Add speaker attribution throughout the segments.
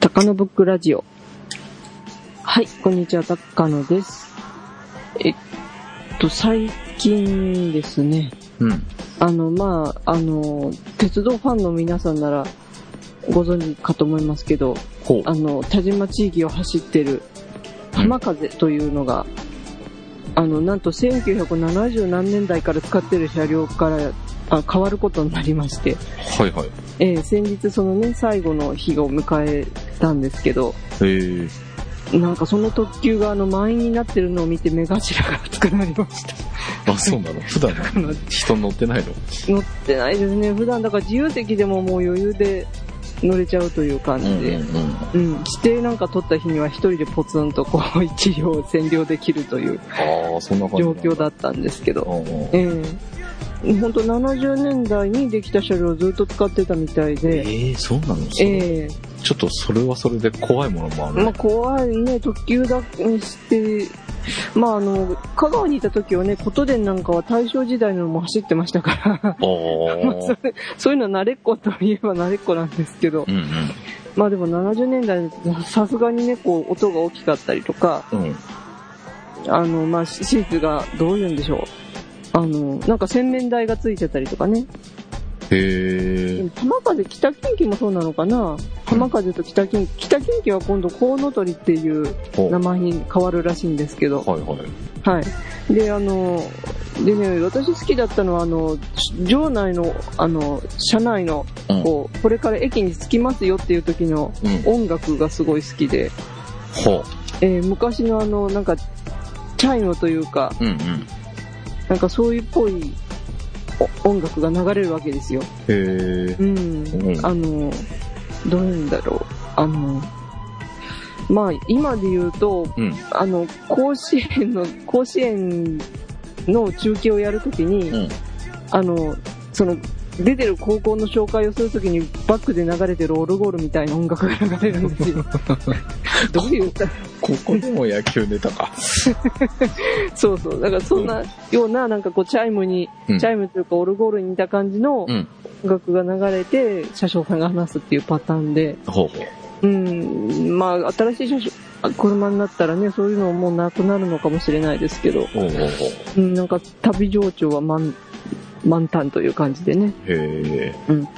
Speaker 1: 高野ブックラジオ。はい、こんにちは、高野です。えっと、最近ですね、
Speaker 2: うん。
Speaker 1: あの、まあ、あの、鉄道ファンの皆さんならご存知かと思いますけど、
Speaker 2: ほう。
Speaker 1: あの、田島地域を走ってる浜風というのが、あの、なんと1970何年代から使ってる車両からあ変わることになりまして、
Speaker 2: はいはい。
Speaker 1: えー先日そのね、最後の日を迎えたんですけど、
Speaker 2: ええ。
Speaker 1: なんかその特急があの満員になってるのを見て目頭が熱くなりました。
Speaker 2: あ、そうなの普段人乗ってないの
Speaker 1: 乗ってないですね。普段だから自由席でももう余裕で乗れちゃうという感じで。うん
Speaker 2: うん。
Speaker 1: 指定なんか取った日には一人でポツンとこう一両を占領できるという
Speaker 2: ああ、そんな感じ。
Speaker 1: 状況。だったんですけど。
Speaker 2: うんう
Speaker 1: え
Speaker 2: ん。
Speaker 1: え本当70年代にできた車両をずっと使ってたみたいで。
Speaker 2: ええ、そうなのそれ
Speaker 1: ええ
Speaker 2: ちょっとそれはそれで怖いものもある
Speaker 1: まあ、
Speaker 2: ね。
Speaker 1: 怖いね、特急だにして、まあ、あの、香川にいた時はね、琴電なんかは大正時代のも走ってましたから、
Speaker 2: ああ。
Speaker 1: そういうのは慣れっこといえば慣れっこなんですけど
Speaker 2: う、ん
Speaker 1: まあでも70年代だとさすがにね、こう、音が大きかったりとか、
Speaker 2: うん。うん。
Speaker 1: あの、まあ、シーツがどういうんでしょう。あの、なんか洗面台がついてたりとかね。
Speaker 2: へ
Speaker 1: で
Speaker 2: え
Speaker 1: も。浜風、北近畿もそうなのかな浜風と北近畿。北近畿は今度、コウノトリっていう
Speaker 2: ほう。
Speaker 1: 名
Speaker 2: は
Speaker 1: 前
Speaker 2: い
Speaker 1: に変わるらしいんですけど、
Speaker 2: はい。
Speaker 1: はい。で、あの、でね、私好きだったのは、あの、場内の、あの、車内の、
Speaker 2: うん
Speaker 1: こう、これから駅に着きますよっていう時の
Speaker 2: うん。
Speaker 1: 音楽がすごい好きで、
Speaker 2: ほ
Speaker 1: えー昔のあの、なんか、チャイムというか、
Speaker 2: う。うんうん。
Speaker 1: なんかそういうっぽいお音楽が流れるわけですよ。
Speaker 2: へえ。
Speaker 1: うん。
Speaker 2: うん
Speaker 1: あの、どういうんだろう。あの、まあ、今で言うと、
Speaker 2: うん。
Speaker 1: あの、甲子園の、甲子園の中継をやるときに、
Speaker 2: うん。
Speaker 1: あの、その、出てる高校の紹介をするときにバックで流れてるオルゴールみたいな音楽が流れるんです よ。どういう歌
Speaker 2: ここでも野球ネタか。
Speaker 1: そうそう。だからそんなような、なんかこうチャイムに、
Speaker 2: うん
Speaker 1: チャイムというかオルゴールに似た感じの
Speaker 2: うん
Speaker 1: 音楽が流れて、車掌さんが話すっていうパターンで、
Speaker 2: ほうほ
Speaker 1: う
Speaker 2: う。
Speaker 1: ん、まあ新しい車掌、あ車になったらね、そういうのもうなくなるのかもしれないですけど、
Speaker 2: ほうほうほ
Speaker 1: う
Speaker 2: う。
Speaker 1: ん、なんか旅情緒は満、満タンという感じでね。
Speaker 2: へ
Speaker 1: う
Speaker 2: え。
Speaker 1: ん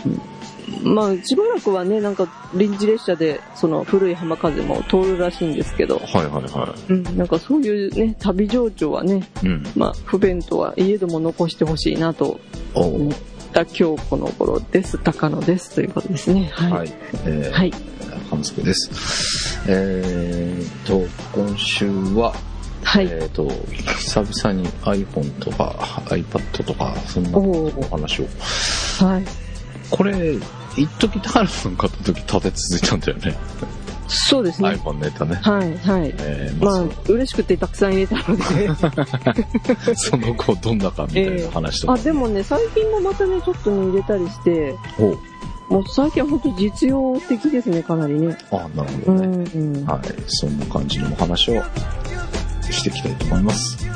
Speaker 1: うん。まあ、しばらくはね、なんか臨時列車で、その古い浜風も通るらしいんですけど、
Speaker 2: はいはいは
Speaker 1: うん、なんかそういうね、旅情緒はね、
Speaker 2: い。うん。
Speaker 1: まあ、不便とはいえども残してほしいなと
Speaker 2: おう
Speaker 1: 思った今日この頃です。高野です。ということですね。はい。は。
Speaker 2: はいい。えー半助です。えー、と、今週は、
Speaker 1: はい。
Speaker 2: えー、と、久々に iPhone とか iPad とか、そんなお
Speaker 1: おー
Speaker 2: 話を。
Speaker 1: はい。
Speaker 2: これ、一時タルさん買った時立て続いたんだよね。
Speaker 1: そうですね。
Speaker 2: iPhone ネタね。
Speaker 1: はい。はい。
Speaker 2: えー、
Speaker 1: まあ
Speaker 2: まあ、、
Speaker 1: 嬉しくてたくさん入れたの で。
Speaker 2: そその後どんなかみたいな話とか。
Speaker 1: あ、でもね、最近もまたね、ちょっとね、入れたりして、
Speaker 2: おう
Speaker 1: もう最近は本当実用的ですね、かなりね。
Speaker 2: あ、なるほ
Speaker 1: う
Speaker 2: どね。
Speaker 1: ん、うん。は
Speaker 2: はい。そんな感じのお話をしていきたいと思います。
Speaker 1: い。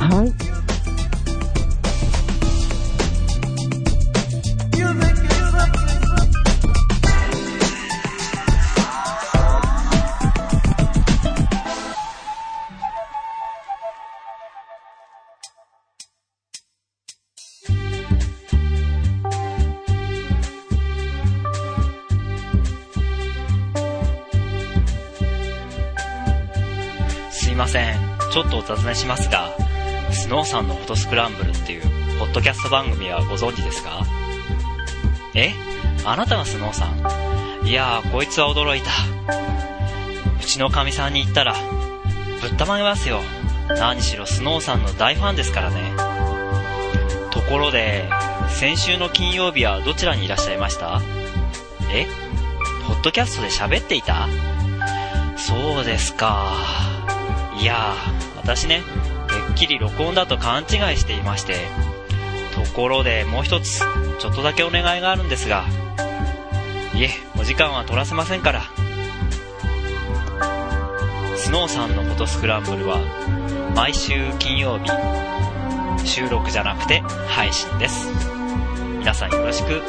Speaker 3: すいません。ちょっとお尋ねしますが、スノーさんのフォトスクランブルっていう、ポッドキャスト番組はご存知ですかえあなたがスノーさんいやー、こいつは驚いた。うちのかみさんに言ったら、ぶったまげますよ。何しろスノーさんの大ファンですからね。ところで、先週の金曜日はどちらにいらっしゃいましたえポッドキャストで喋っていたそうですか。いやー、私ね、てっきり録音だと勘違いしていまして。ところでもう一つ、ちょっとだけお願いがあるんですが。いえ、お時間は取らせませんから。スノーさんのことスクランブルは、毎週金曜日、収録じゃなくて配信です。皆さんよろしく。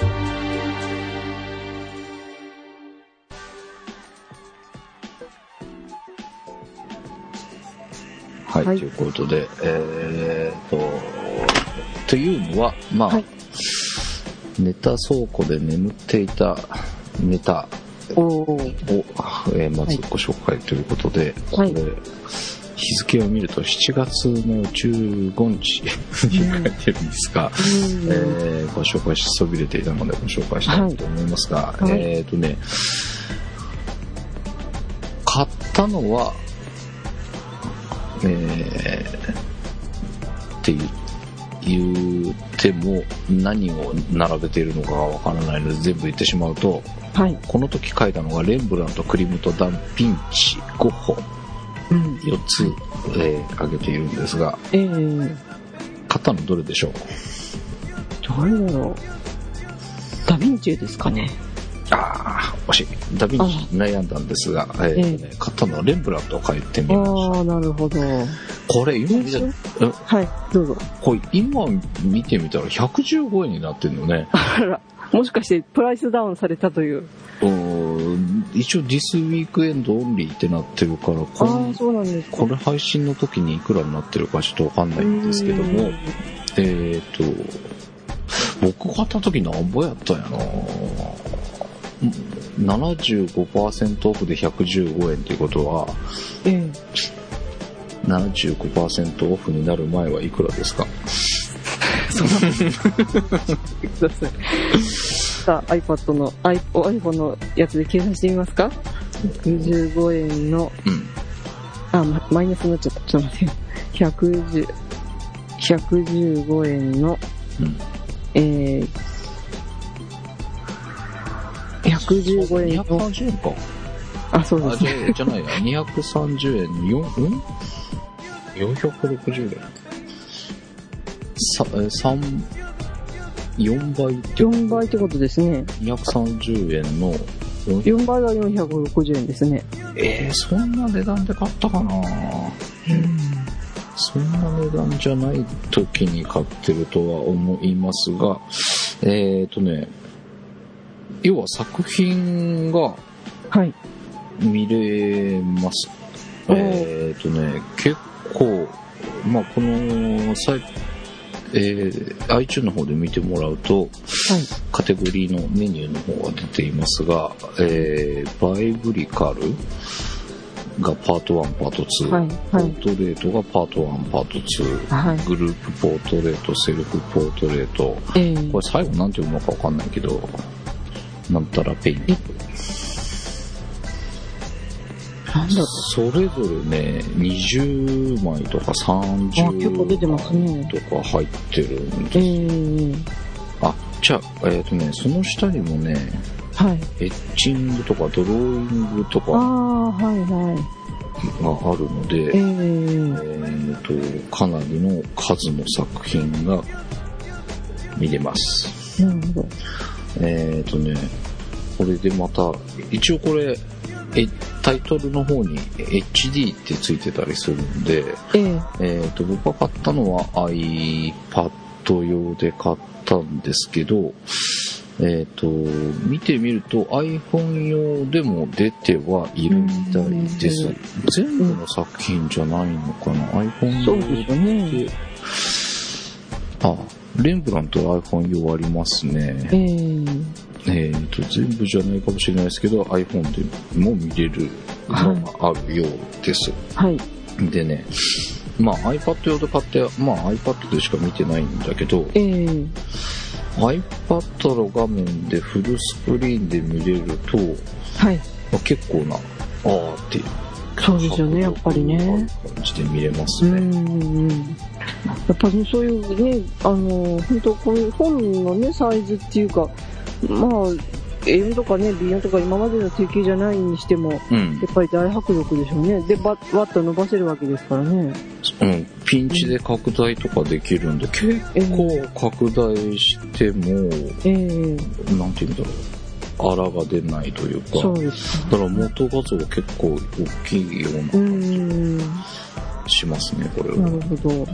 Speaker 2: はい、
Speaker 1: はい
Speaker 2: ということで、えー、っと、というのは、まあ、
Speaker 1: はい
Speaker 2: ネタ倉庫で眠っていたネタ
Speaker 1: おー
Speaker 2: を、えーまずご紹介ということで、
Speaker 1: はい
Speaker 2: これ、日付を見ると7月の15日 に書いてるんですが、
Speaker 1: うん
Speaker 2: えーご紹介しそびれていたのでご紹介したいと思いますが、
Speaker 1: はいはい
Speaker 2: えー、とね、買ったのは、えー、っていう言っても何を並べているのかがわからないので全部言ってしまうと、
Speaker 1: はい。
Speaker 2: この時書いたのがレンブラント、クリムト、ダンピンチ、ゴッホ、
Speaker 1: うん。
Speaker 2: 4つ、えー挙げているんですが、
Speaker 1: えー、
Speaker 2: 買ったのどれでしょう
Speaker 1: どれだろう。ダヴィンチェですかね。
Speaker 2: ああ、惜しい。ダヴィンチ悩んだんですが、えーとね買ったのはレンブラントを書いてみまし
Speaker 1: ああ、なるほど。
Speaker 2: た。これ今見た
Speaker 1: うん
Speaker 2: うん
Speaker 1: はい、どうぞ。
Speaker 2: これ今見てみたら115円になってるのね。
Speaker 1: あら、もしかしてプライスダウンされたという。
Speaker 2: うーん一応ディスウィークエンドオンリーってなってるから、こ
Speaker 1: ああ、
Speaker 2: れ
Speaker 1: そうなんですか。
Speaker 2: これ配信の時にいくらになってるかちょっとわかんないんですけど
Speaker 1: う
Speaker 2: も
Speaker 1: ん、
Speaker 2: えっ、と、僕買った時なんぼやったんやな75%オフで115円っていうことは、
Speaker 1: ええ
Speaker 2: 75%オフになる前はいくらですか
Speaker 1: ください。 さあ、iPad の、i- お iPhone のやつで計算してみますか ?65 円の、
Speaker 2: うん。
Speaker 1: あ、まマイナスになっちゃった。ちょっと待ってよ。110、115円の、
Speaker 2: うん
Speaker 1: えー、115円の、
Speaker 2: 230円か。
Speaker 1: あ、そうで
Speaker 2: あ、
Speaker 1: す
Speaker 2: じ
Speaker 1: ね。
Speaker 2: ゃじゃないや。230円に4、ん ?460 円。さ、え、三4倍って
Speaker 1: 4倍ってことですね。
Speaker 2: 230円の400
Speaker 1: 4倍は460円ですね。
Speaker 2: えー、そんな値段で買ったかなそんな値段じゃない時に買ってるとは思いますが、えっ、ー、とね、要は作品が
Speaker 1: はい。
Speaker 2: 見れます。
Speaker 1: おー
Speaker 2: えっ、ー、とね、結構、まあ、この、サイえー、iTunes の方で見てもらうと、
Speaker 1: はい。
Speaker 2: カテゴリーのメニューの方が出ていますが、えー、バイブリカルがパート1、パート2、
Speaker 1: はい
Speaker 2: ポ
Speaker 1: はい
Speaker 2: ートレートがパート1、パート2、
Speaker 1: はい。
Speaker 2: グループポートレート、セルフポートレート、
Speaker 1: えー
Speaker 2: これ最後なんて読むのかわかんないけど、なんたらペイント。
Speaker 1: なんだろう。
Speaker 2: それぞれね、20枚とか
Speaker 1: あ結構出てます
Speaker 2: 30枚
Speaker 1: ね
Speaker 2: とか入ってるん
Speaker 1: え
Speaker 2: で、
Speaker 1: ー、
Speaker 2: あ、じゃあ、えっ、とね、その下にもね、
Speaker 1: はい。
Speaker 2: エッチングとかドローイングと
Speaker 1: あ
Speaker 2: か、
Speaker 1: あ、はいはい。
Speaker 2: があるの
Speaker 1: ええ
Speaker 2: で、えー、とかなりの数の作品が見れます。
Speaker 1: なるほど。
Speaker 2: えっ、とね、これでまた、一応これ、えタイトルの方に HD ってついてたりするんで、
Speaker 1: ええ
Speaker 2: えー、と僕が買ったのは iPad 用で買ったんですけど、えー、と見てみると iPhone 用でも出てはいるみたいです
Speaker 1: うん
Speaker 2: 全部の作品じゃないのかな iPhone
Speaker 1: そ
Speaker 2: 用
Speaker 1: うでしょうね。
Speaker 2: であレンブラント iPhone 用あります
Speaker 1: え
Speaker 2: ね
Speaker 1: え
Speaker 2: えー、と全部じゃないかもしれないですけど iPhone でも見れるのがあるようです、
Speaker 1: はい。
Speaker 2: でね、まあ iPad 用で買って、まあ iPad でしか見てないんだけど、
Speaker 1: ええ
Speaker 2: iPad の画面でフルスクリーンで見れると、
Speaker 1: はい。
Speaker 2: まあ、結構な、あーっていう。
Speaker 1: そうですよね、やっぱりね。。
Speaker 2: 感じで見れます
Speaker 1: う
Speaker 2: ね。
Speaker 1: んうんうん。やっぱりそういうね、あの、本当こういう本のね、サイズっていうか、まあ、A4 とかね、B4 とか今までの定型じゃないにしても、や
Speaker 2: うん。
Speaker 1: っぱり大迫力でしょうね。で、バッ、バッと伸ばせるわけですからね。
Speaker 2: うん。ピンチで拡大とかできるんで、結
Speaker 1: ええ
Speaker 2: 構拡大しても、
Speaker 1: ええ
Speaker 2: なんて言うんだろう。あらが出ないというか、
Speaker 1: そうですか。
Speaker 2: だから元画像結構大きいような
Speaker 1: うんうんうん。
Speaker 2: しますね、これは。
Speaker 1: なるほど。
Speaker 2: うん。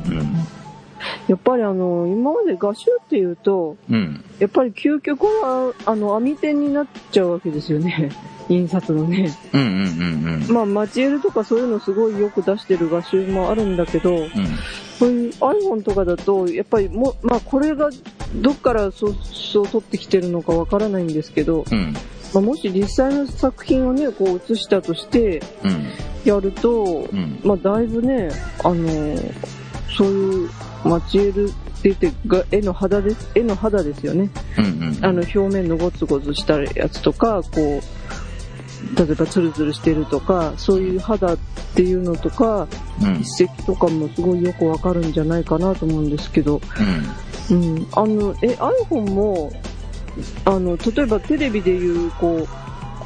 Speaker 1: やっぱりあの、今まで画集っていうと、
Speaker 2: うん。
Speaker 1: やっぱり究極は、あの、網点になっちゃうわけですよね。 印刷のね。
Speaker 2: うんうんうんうん。
Speaker 1: まあ、マチエルとかそういうのすごいよく出してる画集もあるんだけど、そういう iPhone とかだと、やっぱりも、まあ、これがどっからそう、そう撮ってきてるのかわからないんですけど、
Speaker 2: うん。
Speaker 1: まあ、もし実際の作品をね、こう映したとして
Speaker 2: うん。
Speaker 1: やると
Speaker 2: う、ん。
Speaker 1: まあ、だいぶね、あのーそういう、マチエルって言ってが、絵の肌です、絵の肌ですよね。
Speaker 2: うんうん。
Speaker 1: あの、表面のゴツゴツしたやつとか、こう、例えばツルツルしてるとか、そういう肌っていうのとか、
Speaker 2: うん。うん。
Speaker 1: 筆跡とかもすごいよくわかるんじゃないかなと思うんですけど、うん、あのえ iPhone もあの例えばテレビでいうこう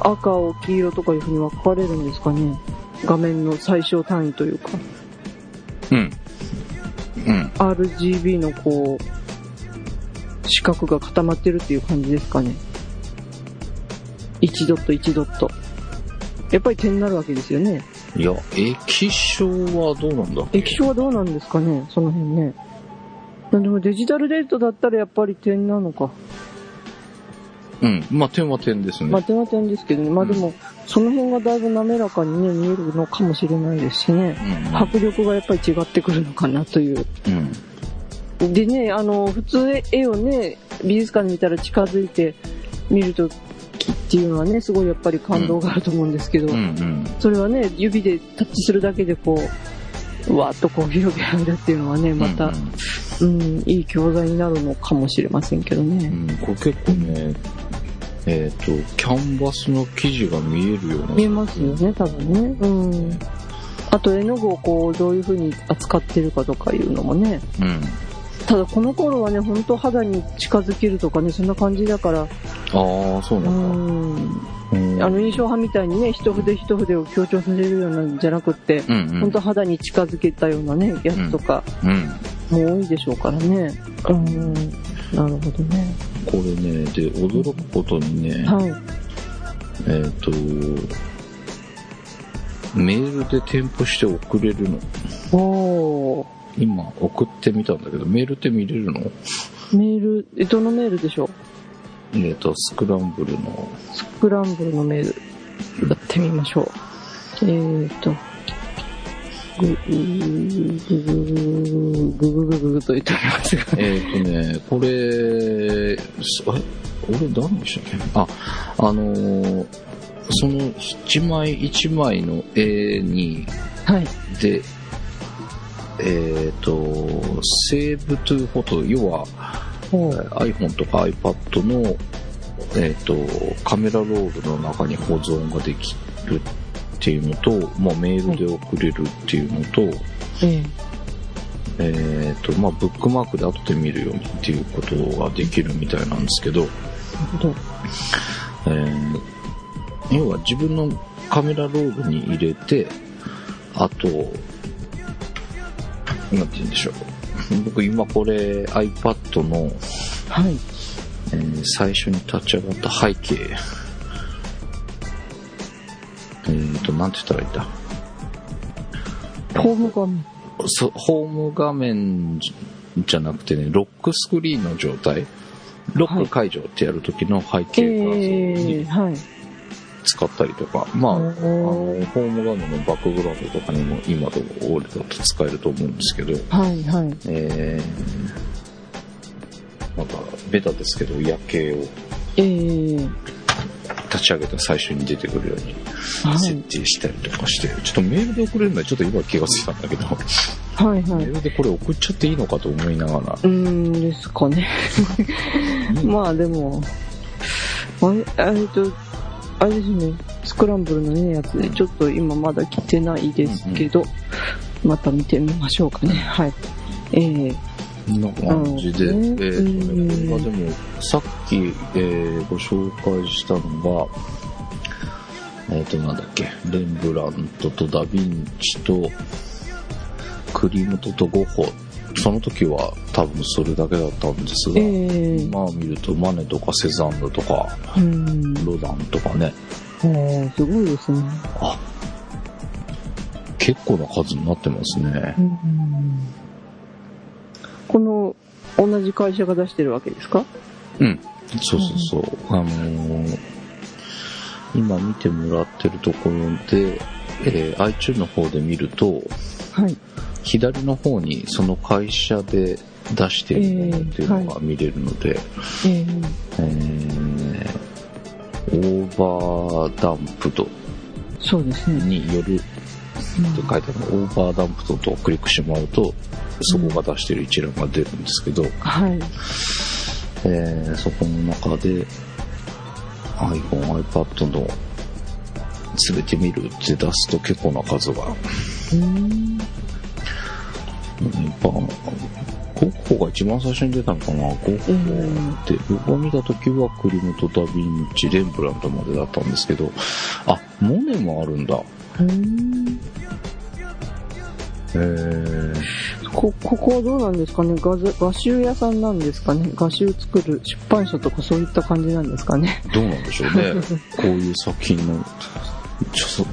Speaker 1: 赤を黄色とかいうふうに分かれるんですかね画面の最小単位というか
Speaker 2: うん。うん。
Speaker 1: RGB のこう四角が固まってるっていう感じですかね1ドット1ドットやっぱり点になるわけですよね
Speaker 2: いや、液晶はどうなんだっけ
Speaker 1: 液晶はどうなんですかねその辺ねなんでもデジタルデートだったらやっぱり点なのか
Speaker 2: うん。まあ、点は点ですね。
Speaker 1: まあ、点は点ですけどね。まあでも、その辺がだいぶ滑らかにね、見えるのかもしれないですしね。迫力がやっぱり違ってくるのかなという。
Speaker 2: うん。うん。
Speaker 1: でね、あの、普通絵をね、美術館にいたら近づいて見るときっていうのはね、すごいやっぱり感動があると思うんですけど、
Speaker 2: うんうん。
Speaker 1: それはね、指でタッチするだけでこう、うわーっとこう広げられるっていうのはね、また
Speaker 2: う、ん
Speaker 1: うん、いい教材になるのかもしれませんけど
Speaker 2: う
Speaker 1: ね。
Speaker 2: ん、これ結構ね、えっ、と、キャンバスの生地が見えるような。
Speaker 1: 見えますよね、多分ね。うん。あと絵の具をこうどういう風に扱ってるかとかいうのもね
Speaker 2: うん。
Speaker 1: ただこの頃はね本当肌に近づけるとかねそんな感じだから
Speaker 2: ああ、そう
Speaker 1: う
Speaker 2: なん
Speaker 1: ん
Speaker 2: だ。うん
Speaker 1: あの印象派みたいにね一筆一筆を強調させるようなんじゃなくって
Speaker 2: うんうん。
Speaker 1: 本当肌に近づけたようなねやつとか
Speaker 2: うん。
Speaker 1: も多いでしょうからねうんなるほどね
Speaker 2: これね、で、驚くことにね、
Speaker 1: はい
Speaker 2: えっ、と、メールで添付して送れるの。
Speaker 1: おお
Speaker 2: 今、送ってみたんだけど、メールって見れるの
Speaker 1: メールえどのメールでしょう
Speaker 2: えっ、と、スクランブル の、
Speaker 1: スクランブルのメールやってみましょう。えーと、ぐ、ぐ、ぐ、ぐ、ぐ、ぐ、ぐ、ぐ、ぐと言っておりますが。
Speaker 2: えっ、とね、これ、すあれ俺何でしたっけあ、あのーその一枚一枚の絵に、
Speaker 1: はい。
Speaker 2: で、えっ、と、セーブトゥフォト、要は
Speaker 1: ほう。
Speaker 2: iPhone とか iPad の、えっ、と、カメラロールの中に保存ができるっていうのと、まあ、メールで送れるっていうのと、
Speaker 1: え
Speaker 2: えーとまあ、ブックマークで後で見るようにっていうことができるみたいなんですけ
Speaker 1: え、な
Speaker 2: ど、
Speaker 1: るほど。
Speaker 2: えー要は自分のカメラロールに入れてあとなんて言うんでしょう僕今これ iPad の、
Speaker 1: はい。
Speaker 2: えー最初に立ち上がった背景えーとなんて言ったらいいんだ
Speaker 1: ホーム画面。
Speaker 2: そホーム画面じゃなくてね、ロックスクリーンの状態、ロック解除ってやる時の背景画像
Speaker 1: ええ、
Speaker 2: に
Speaker 1: はい。
Speaker 2: 使ったりとか、まあ、あ
Speaker 1: お
Speaker 2: の、ホ
Speaker 1: ー
Speaker 2: ーム画面のバックグラウンドとかにも今と俺だと使えると思うんですけど、
Speaker 1: はい、はい。
Speaker 2: えー、なんか、ベタですけど、夜景を
Speaker 1: ええ、
Speaker 2: 立ち上げた最初に出てくるように
Speaker 1: は
Speaker 2: 設
Speaker 1: い。
Speaker 2: 定したりとかして、ちょっとメールで送れるのはちょっと今気がついたんだけど、
Speaker 1: はい、は
Speaker 2: メ
Speaker 1: い。
Speaker 2: ー
Speaker 1: う
Speaker 2: ルでこれ送っちゃっていいのかと思いながら、
Speaker 1: ーん、ですかね。まあでも、あれ、えっと、あれですね、スクランブルのね、やつで、ちょっと今まだ来てないですけど、また見てみましょうかね。はい。えー、
Speaker 2: な感じで、え
Speaker 1: うん
Speaker 2: ー
Speaker 1: うん
Speaker 2: これがでも、さっき、えーご紹介したのが、えっ、と、なんだっけ、レンブラントとダヴィンチと、クリムトとゴッホ。その時は多分それだけだったんですが、
Speaker 1: えー、
Speaker 2: 今見るとマネとかセザンヌとか、
Speaker 1: うん、
Speaker 2: ロダンとかね、
Speaker 1: えーすごいですね。
Speaker 2: 結構な数になってますね。
Speaker 1: うん、この同じ会社が出してるわけですか
Speaker 2: うん。そうそうそう。あのー今見てもらってるところで、えー iTunes の方で見ると、
Speaker 1: はい。
Speaker 2: 左の方にその会社で出してるものっていうのが見れるので、
Speaker 1: え
Speaker 2: えーオーバーダンプド
Speaker 1: そうですね。
Speaker 2: によるって書いてあるの、オーバーダンプドとクリックしてもらうと、そこが出してる一覧が出るんですけど、
Speaker 1: はい。
Speaker 2: えーそこの中で iPhone、iPad の全て見るって出すと結構な数が、
Speaker 1: うん。
Speaker 2: うんやっぱ、ゴッホが一番最初に出たのかな、ゴッホって、僕が見た時はクリムト・ダ・ヴィンチ、レンブラントまでだったんですけど、あ、モネもあるんだ。
Speaker 1: うん
Speaker 2: えー、
Speaker 1: こ、ここはどうなんですかね画図画集屋さんなんですかね画集作る出版社とかそういった感じなんですかね
Speaker 2: どうなんでしょうね。こういう作品の、ちょそ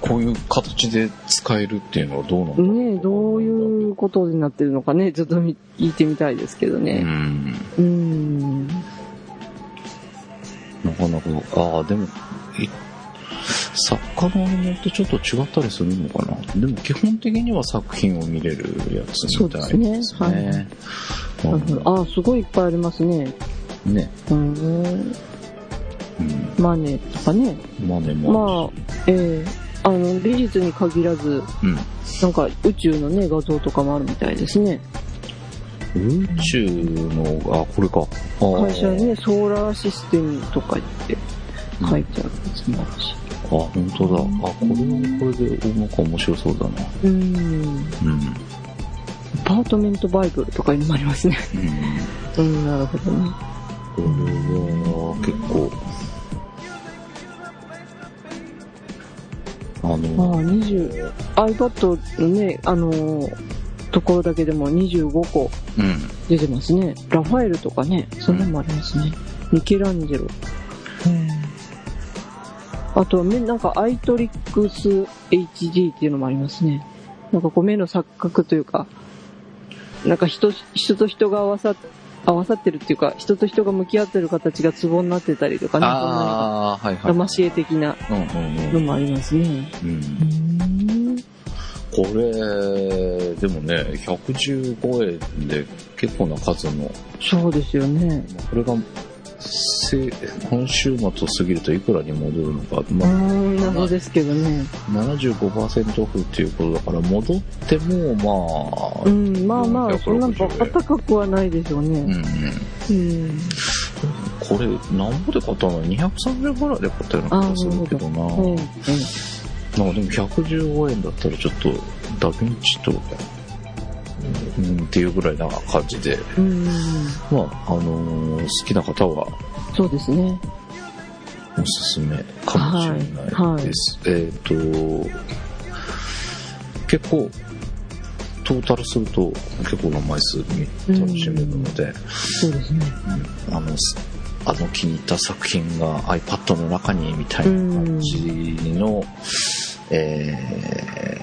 Speaker 2: こういう形で使えるっていうのはどうなんだろう
Speaker 1: ねえ、どういうことになってるのかねちょっと見聞いてみたいですけど
Speaker 2: う
Speaker 1: ね。
Speaker 2: ん
Speaker 1: うん。
Speaker 2: なかなか、ああ、でも、え作家のによってちょっと違ったりするのかな。でも基本的には作品を見れるやつみたいです
Speaker 1: そうです
Speaker 2: ね
Speaker 1: ね。
Speaker 2: うん
Speaker 1: あ、すごいいっぱいありますね。
Speaker 2: ね。
Speaker 1: うん。
Speaker 2: うん。
Speaker 1: マネとかね。
Speaker 2: まあでも、
Speaker 1: まあ、ええあの、美術に限らず、なんか宇宙のね、画像とかもあるみたいですね。
Speaker 2: うん。宇宙の、あ、これか。ああ
Speaker 1: 会社にね、ソーラーシステムとか言って書いてあるやつもあるし。
Speaker 2: あ、本当だ。あ、これもこれで、おなんか面白そうだな。
Speaker 1: うん。
Speaker 2: うん。うん。
Speaker 1: アパートメントバイブルとかいうのもありますね。うん、なるほどね。
Speaker 2: これは、結構、あ
Speaker 1: ああ、
Speaker 2: の、
Speaker 1: 20、iPad のね、あのーところだけでも25個
Speaker 2: うん。
Speaker 1: 出てますね。ラファエルとかね、そんなのもありますね。ミケランジェロ。あとは目、なんかアイトリックス HD っていうのもありますね。なんかこう目の錯覚というか、なんか人、人と人が合わさ、合わさってるっていうか、人と人が向き合ってる形がツボになってたりとかね、そんな
Speaker 2: ああ、はいはい。
Speaker 1: 騙し絵的な
Speaker 2: うんうんう
Speaker 1: の
Speaker 2: ん
Speaker 1: もありますね。
Speaker 2: うん。これ、でもね、115円で結構な数の、
Speaker 1: そうですよね。
Speaker 2: これが、せ今週末を過ぎるといくらに戻るのか、
Speaker 1: うー
Speaker 2: まあ、
Speaker 1: ん、謎ですけどね。
Speaker 2: 75%オフっていうことだから、戻っても、
Speaker 1: う
Speaker 2: まあ、
Speaker 1: ん、まあま
Speaker 2: 460
Speaker 1: あ、そんなバカ高くはないでしょう
Speaker 2: うん、
Speaker 1: ね。
Speaker 2: うん。
Speaker 1: うん。
Speaker 2: これ、なんぼで買ったの ?230 ぐらいで買ったような気がするけどな。
Speaker 1: うん
Speaker 2: なんかでも115円だったらちょっとダヴィンチと、うん、っていうぐらいな感じで、
Speaker 1: うん。
Speaker 2: まあ、あのー好きな方は
Speaker 1: そうですね。
Speaker 2: おすすめかもしれないです。えっ、と、結構、トータルすると結構な枚数に楽しめるので、
Speaker 1: そうですね。
Speaker 2: あの、すあの気に入った作品が iPad の中にみたいな感じの、えー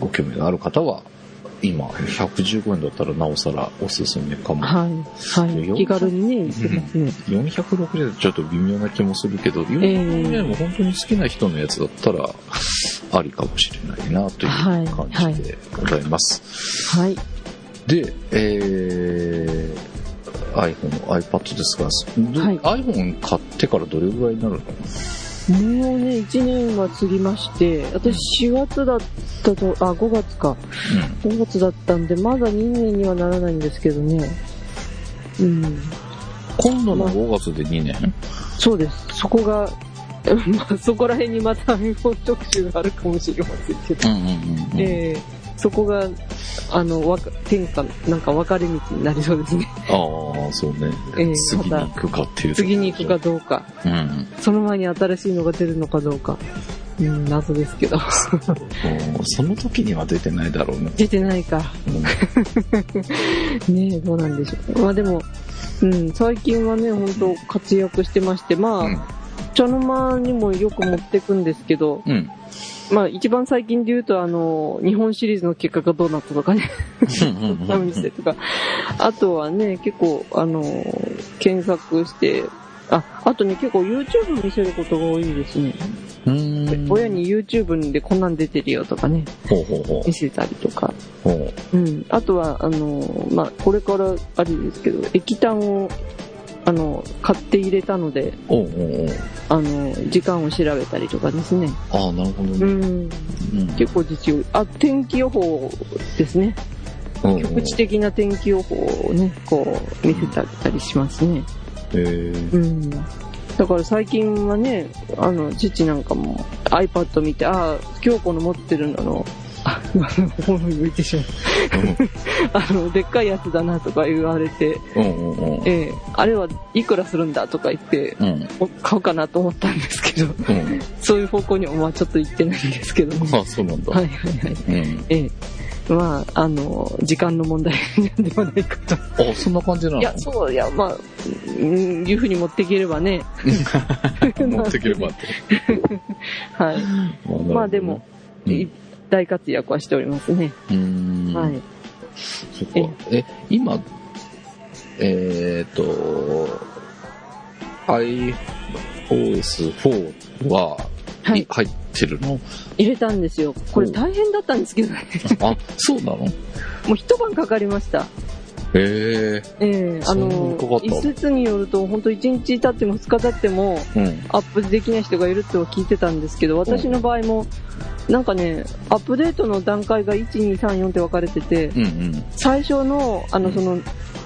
Speaker 2: ご興味がある方は、今、115円だったらなおさらおすすめかも。
Speaker 1: はい。はい。気軽にね、行けますね。
Speaker 2: 460円だとちょっと微妙な気もするけど、460円も本当に好きな人のやつだったら、ありかもしれないなという感じでございます。
Speaker 1: はい。
Speaker 2: で、えー、iPhone、iPad ですが、ど
Speaker 1: はい
Speaker 2: iPhone 買ってからどれぐらいになるの
Speaker 1: もうね、1年は過ぎまして、私4月だったと、あ、5月か。5月だったんで、まだ2年にはならないんですけどね。うん。
Speaker 2: 今度の5月で2年
Speaker 1: そうです。そこが、 まあ、そこら辺にまた iPhone 特集があるかもしれませんけど。
Speaker 2: うんうんうんうん。
Speaker 1: ええそこが、あの、わか天下、なんか分かれ道になりそうですね。
Speaker 2: ああ、そうね、
Speaker 1: えー
Speaker 2: 次に行くかっていう。
Speaker 1: 次に行くか。どうか、
Speaker 2: うんうん。
Speaker 1: その前に新しいのが出るのかどうか、うん、謎ですけど。
Speaker 2: その時には出てないだろうな。
Speaker 1: 出てないか。ねえ、どうなんでしょう。まあでも、うん、最近はね、本当活躍してまして、まあ、
Speaker 2: うん
Speaker 1: 茶の間にもよく持ってくんですけど、
Speaker 2: うん。
Speaker 1: まあ一番最近で言うと、あの、日本シリーズの結果がどうなったとかね、ダウンしてとか、あとはね、結構、あの、検索して、あ、あとね、結構 YouTube 見せることが多いんですね。
Speaker 2: うん。
Speaker 1: 親に YouTube でこんなん出てるよとかね、
Speaker 2: ほうほうほ
Speaker 1: 見せたりとか。
Speaker 2: う。ほう
Speaker 1: うん。あとは、あの、まあ、これからあれですけど、液炭を、あの、買って入れたので、
Speaker 2: おうおうおう。
Speaker 1: あの、時間を調べたりとかですね。
Speaker 2: ああ、なるほど
Speaker 1: う
Speaker 2: ね。
Speaker 1: ん。
Speaker 2: うん。
Speaker 1: 結構実用。あ、天気予報ですね。
Speaker 2: うんうん
Speaker 1: 局地的な天気予報をね、こう、見せたりしますね。
Speaker 2: へー
Speaker 1: うん。だから最近はね、あの、父なんかも iPad 見て、ああ、京子の持ってるのの、あの、に向いてしまう。 あの、でっかいやつだなとか言われて、
Speaker 2: うんうんうんうん。
Speaker 1: ええあれはいくらするんだとか言って、
Speaker 2: うん。
Speaker 1: お買おうかなと思ったんですけど、
Speaker 2: うん。
Speaker 1: そういう方向にはまあちょっと行ってないんですけども。は
Speaker 2: あ、そうなんだ。
Speaker 1: い はいはい。
Speaker 2: うん。
Speaker 1: ええ。まあ、あの、時間の問題 なんではないかと。
Speaker 2: あ、そんな感じなの
Speaker 1: いや、そう、いや、まあ、うん、いうふうに持っていければね。
Speaker 2: 持ってければって。
Speaker 1: はい。 まあでも、
Speaker 2: うん
Speaker 1: い大活躍はしておりますね。
Speaker 2: うーん。
Speaker 1: はい。
Speaker 2: そっか。え、今、えーっと、iOS4 は、
Speaker 1: はい
Speaker 2: い入ってるの
Speaker 1: 入れたんですよ。これ
Speaker 2: うん
Speaker 1: 大変だったんですけどね。
Speaker 2: あ、そうなの
Speaker 1: もう一晩かかりました。
Speaker 2: へえ。
Speaker 1: ええあ
Speaker 2: そんな
Speaker 1: の
Speaker 2: にかかっ、た
Speaker 1: 一説によると、本当1日経っても2日経っても、
Speaker 2: うん。
Speaker 1: アップできない人がいるって聞いてたんですけど、私の場合も、なんかね、アップデートの段階が1、2、3、4って分かれてて、
Speaker 2: うんうん。
Speaker 1: 最初の、あの、その、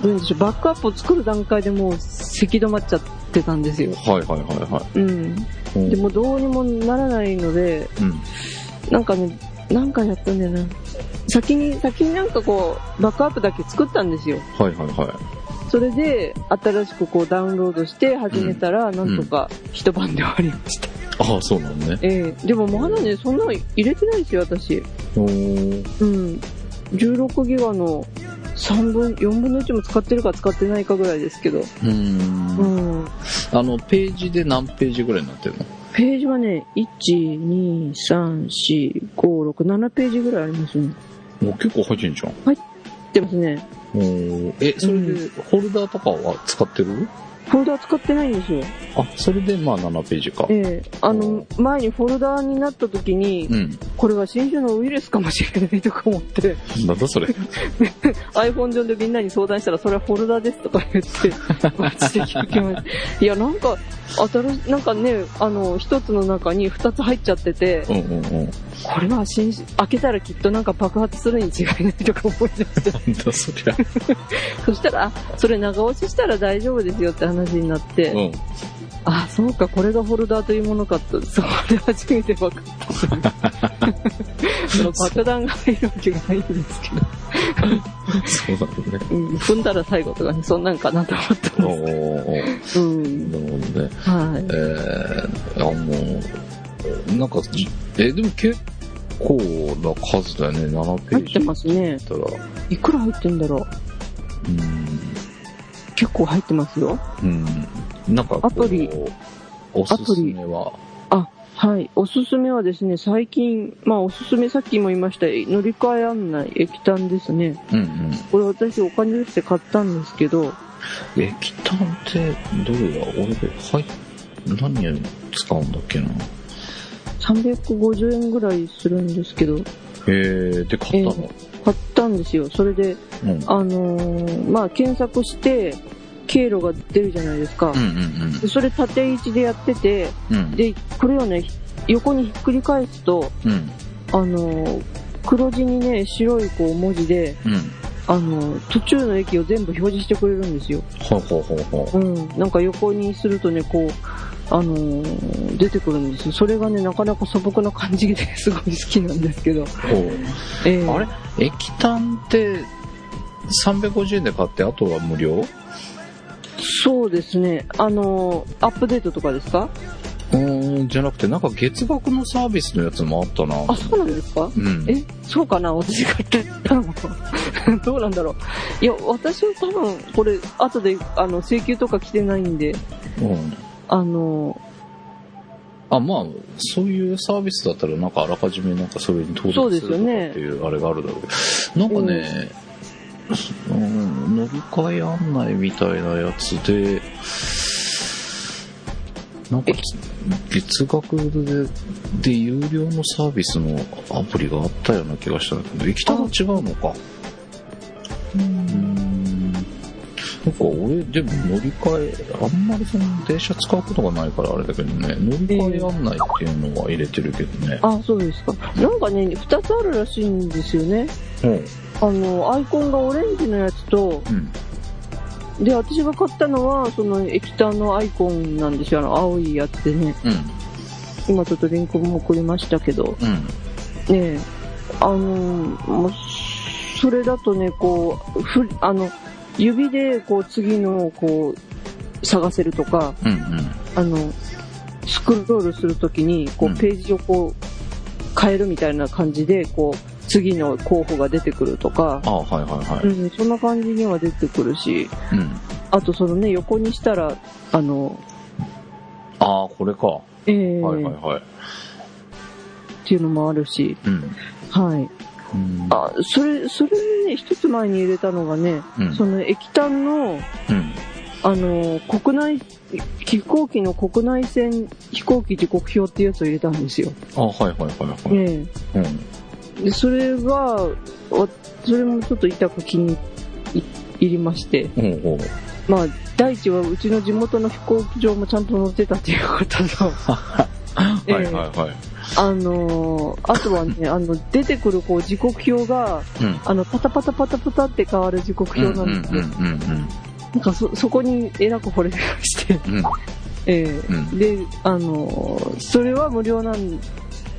Speaker 1: どういうんでしょう、バックアップを作る段階でもう、咳止まっちゃってたんですよ。
Speaker 2: はいはいはいは
Speaker 1: うん。
Speaker 2: い。うん
Speaker 1: でも、どうにもならないので、
Speaker 2: うん。
Speaker 1: なんかね、なんかやったんだよな。先に、先になんかこう、バックアップだけ作ったんですよ。
Speaker 2: はいはいは
Speaker 1: それで、新しくこう、ダウンロードして始めたら、なんとか、一晩で終わりました。
Speaker 2: い。あ、そうなのね。
Speaker 1: ええでもまだね、そんなの入れてないですよ、私。
Speaker 2: おー
Speaker 1: うん。16ギガの3分、4分の1も使ってるか使ってないかぐらいですけど。
Speaker 2: うー。
Speaker 1: うんん。
Speaker 2: あの、ページで何ページぐらいになってるの
Speaker 1: ページはね、1、2、3、4、5、6、7ページぐらいありますね。
Speaker 2: もう結構入ってんじゃん。
Speaker 1: でますね。
Speaker 2: おーえ、それで、ホルダーとかは使ってる、
Speaker 1: フォルダ使ってないんですよ。
Speaker 2: あ、それでまあ7ページか。
Speaker 1: ええあの、前にフォルダになった時に、
Speaker 2: うん。
Speaker 1: これは新種のウイルスかもしれないとか思って、
Speaker 2: なんだそれ。
Speaker 1: iPhone 上でみんなに相談したら、それはフォルダですとか言って、マジで聞きました。いや、なんか、新し、なんかね、あの、一つの中に二つ入っちゃってて、
Speaker 2: うんうんうん。
Speaker 1: これは新種、開けたらきっとなんか爆発するに違いないとか思い出して、
Speaker 2: なんだそりゃ。
Speaker 1: そしたら、あ、それ長押ししたら大丈夫ですよって話になって、
Speaker 2: うん。
Speaker 1: あ、そうか、これがフォルダーというものかと、そこで初めて分かった。 その爆弾が入るわけがないんですけど、
Speaker 2: そうなのね。
Speaker 1: うん、踏んだら最後とかね、そんなんかなと思ったんで
Speaker 2: おー
Speaker 1: す。うん。
Speaker 2: なるほどね。
Speaker 1: はい
Speaker 2: え。ー、あの、なんか、じえ、でも結構な数だよね。7ペ
Speaker 1: 入っ
Speaker 2: ージ。
Speaker 1: てますね。
Speaker 2: たら、
Speaker 1: いくら入ってんだろう。
Speaker 2: う
Speaker 1: 結構入ってますよ。
Speaker 2: ん。うん。なんかこう、
Speaker 1: アプリ
Speaker 2: おすすめは、
Speaker 1: はい。おすすめはですね、最近、まあおすすめさっきも言いました、乗り換え案内、液炭ですね。
Speaker 2: うんうん。
Speaker 1: これ私お金出して買ったんですけど、
Speaker 2: 液炭ってどれだ俺、はい、何を使うんだっけな。
Speaker 1: 350円ぐらいするんですけど、
Speaker 2: えー、で買ったの。
Speaker 1: 買ったんですよ。それで、
Speaker 2: うん。
Speaker 1: あのーまあ、検索して、経路が出るじゃないですか
Speaker 2: う。んうん
Speaker 1: でそれ縦位置でやってて、
Speaker 2: うん。うん。
Speaker 1: で、これをね、横にひっくり返すと、
Speaker 2: うん。
Speaker 1: あのー黒字にね、白いこう文字で、
Speaker 2: うん。
Speaker 1: あのー途中の駅を全部表示してくれるんですよ。
Speaker 2: ほうほうほうほ
Speaker 1: うん。なんか横にするとね、こう、あのー出てくるんですよ。それがね、なかなか素朴な感じで すごい好きなんですけど。
Speaker 2: う。ほう
Speaker 1: えー
Speaker 2: あれ液炭って350円で買って、あとは無料
Speaker 1: そうですね。あのーアップデートとかですか
Speaker 2: うーん、じゃなくて、なんか月額のサービスのやつもあったな。
Speaker 1: あ、そうなんですか
Speaker 2: うん。
Speaker 1: え、そうかな私買ってたの。 どうなんだろう。いや、私は多分、これ、後で、あの、請求とか来てないんで、
Speaker 2: うん。
Speaker 1: あの、
Speaker 2: あ、まあ、そういうサービスだったら、なんかあらかじめなんかそれに登
Speaker 1: そう
Speaker 2: 録
Speaker 1: ですす
Speaker 2: ると
Speaker 1: よ
Speaker 2: かって
Speaker 1: ね
Speaker 2: いうあれがあるだろうけど、なんかね、うん、乗り換え案内みたいなやつで、なんか月額でで有料のサービスのアプリがあったような気がしたんだけど、駅とも違うのか。うんなんか俺、でも乗り換え、あんまりその電車使うことがないからあれだけどね、乗り換え案内っていうのは入れてるけどね。
Speaker 1: あ、そうですか。なんかね、2つあるらしいんですよね。
Speaker 2: うん。
Speaker 1: あの、アイコンがオレンジのやつと、
Speaker 2: うん。
Speaker 1: で、私が買ったのは、その液体のアイコンなんですよ。あの、青いやつでね。
Speaker 2: うん。
Speaker 1: 今ちょっとリンクも送りましたけど。
Speaker 2: うん。
Speaker 1: ねえ、あのもうそれだとね、こう、ふあの、指で、こう、次のをこう、探せるとか、
Speaker 2: うん。
Speaker 1: あの、スクロールするときに、こ
Speaker 2: うん
Speaker 1: う、ページをこう、変えるみたいな感じで、こう、次の候補が出てくるとか、
Speaker 2: ああ、はいはいうは
Speaker 1: ん、そんな感じには出てくるし、
Speaker 2: い。うん。
Speaker 1: あとそのね、横にしたら、あの、
Speaker 2: ああ、これか。は
Speaker 1: え
Speaker 2: い
Speaker 1: ー
Speaker 2: はいはい。
Speaker 1: っていうのもあるし、
Speaker 2: うん。
Speaker 1: はい。
Speaker 2: うん
Speaker 1: あ、それ、それにね、一つ前に入れたのがね、
Speaker 2: うん。
Speaker 1: その液炭の、
Speaker 2: うん。
Speaker 1: あの国内飛行機の国内線飛行機時刻表っていうやつを入れたんですよ、
Speaker 2: ああ、はいはいはいはい。
Speaker 1: ね
Speaker 2: うん。
Speaker 1: え、でそれがわそれもちょっと痛く気に入りまして、
Speaker 2: おうおう。
Speaker 1: まあ、第一はうちの地元の飛行機場もちゃんと乗ってたっていうことと
Speaker 2: はいはいはい。
Speaker 1: あのあとは ねあの出てくるこう時刻表が
Speaker 2: うん。
Speaker 1: あのパタパタパタパタって変わる時刻
Speaker 2: うん
Speaker 1: 表なんです
Speaker 2: うん
Speaker 1: よ、なんかそそこにえらく惚れてまして、
Speaker 2: うんうん
Speaker 1: ええ
Speaker 2: うんうん
Speaker 1: で、あのーそれは無料なん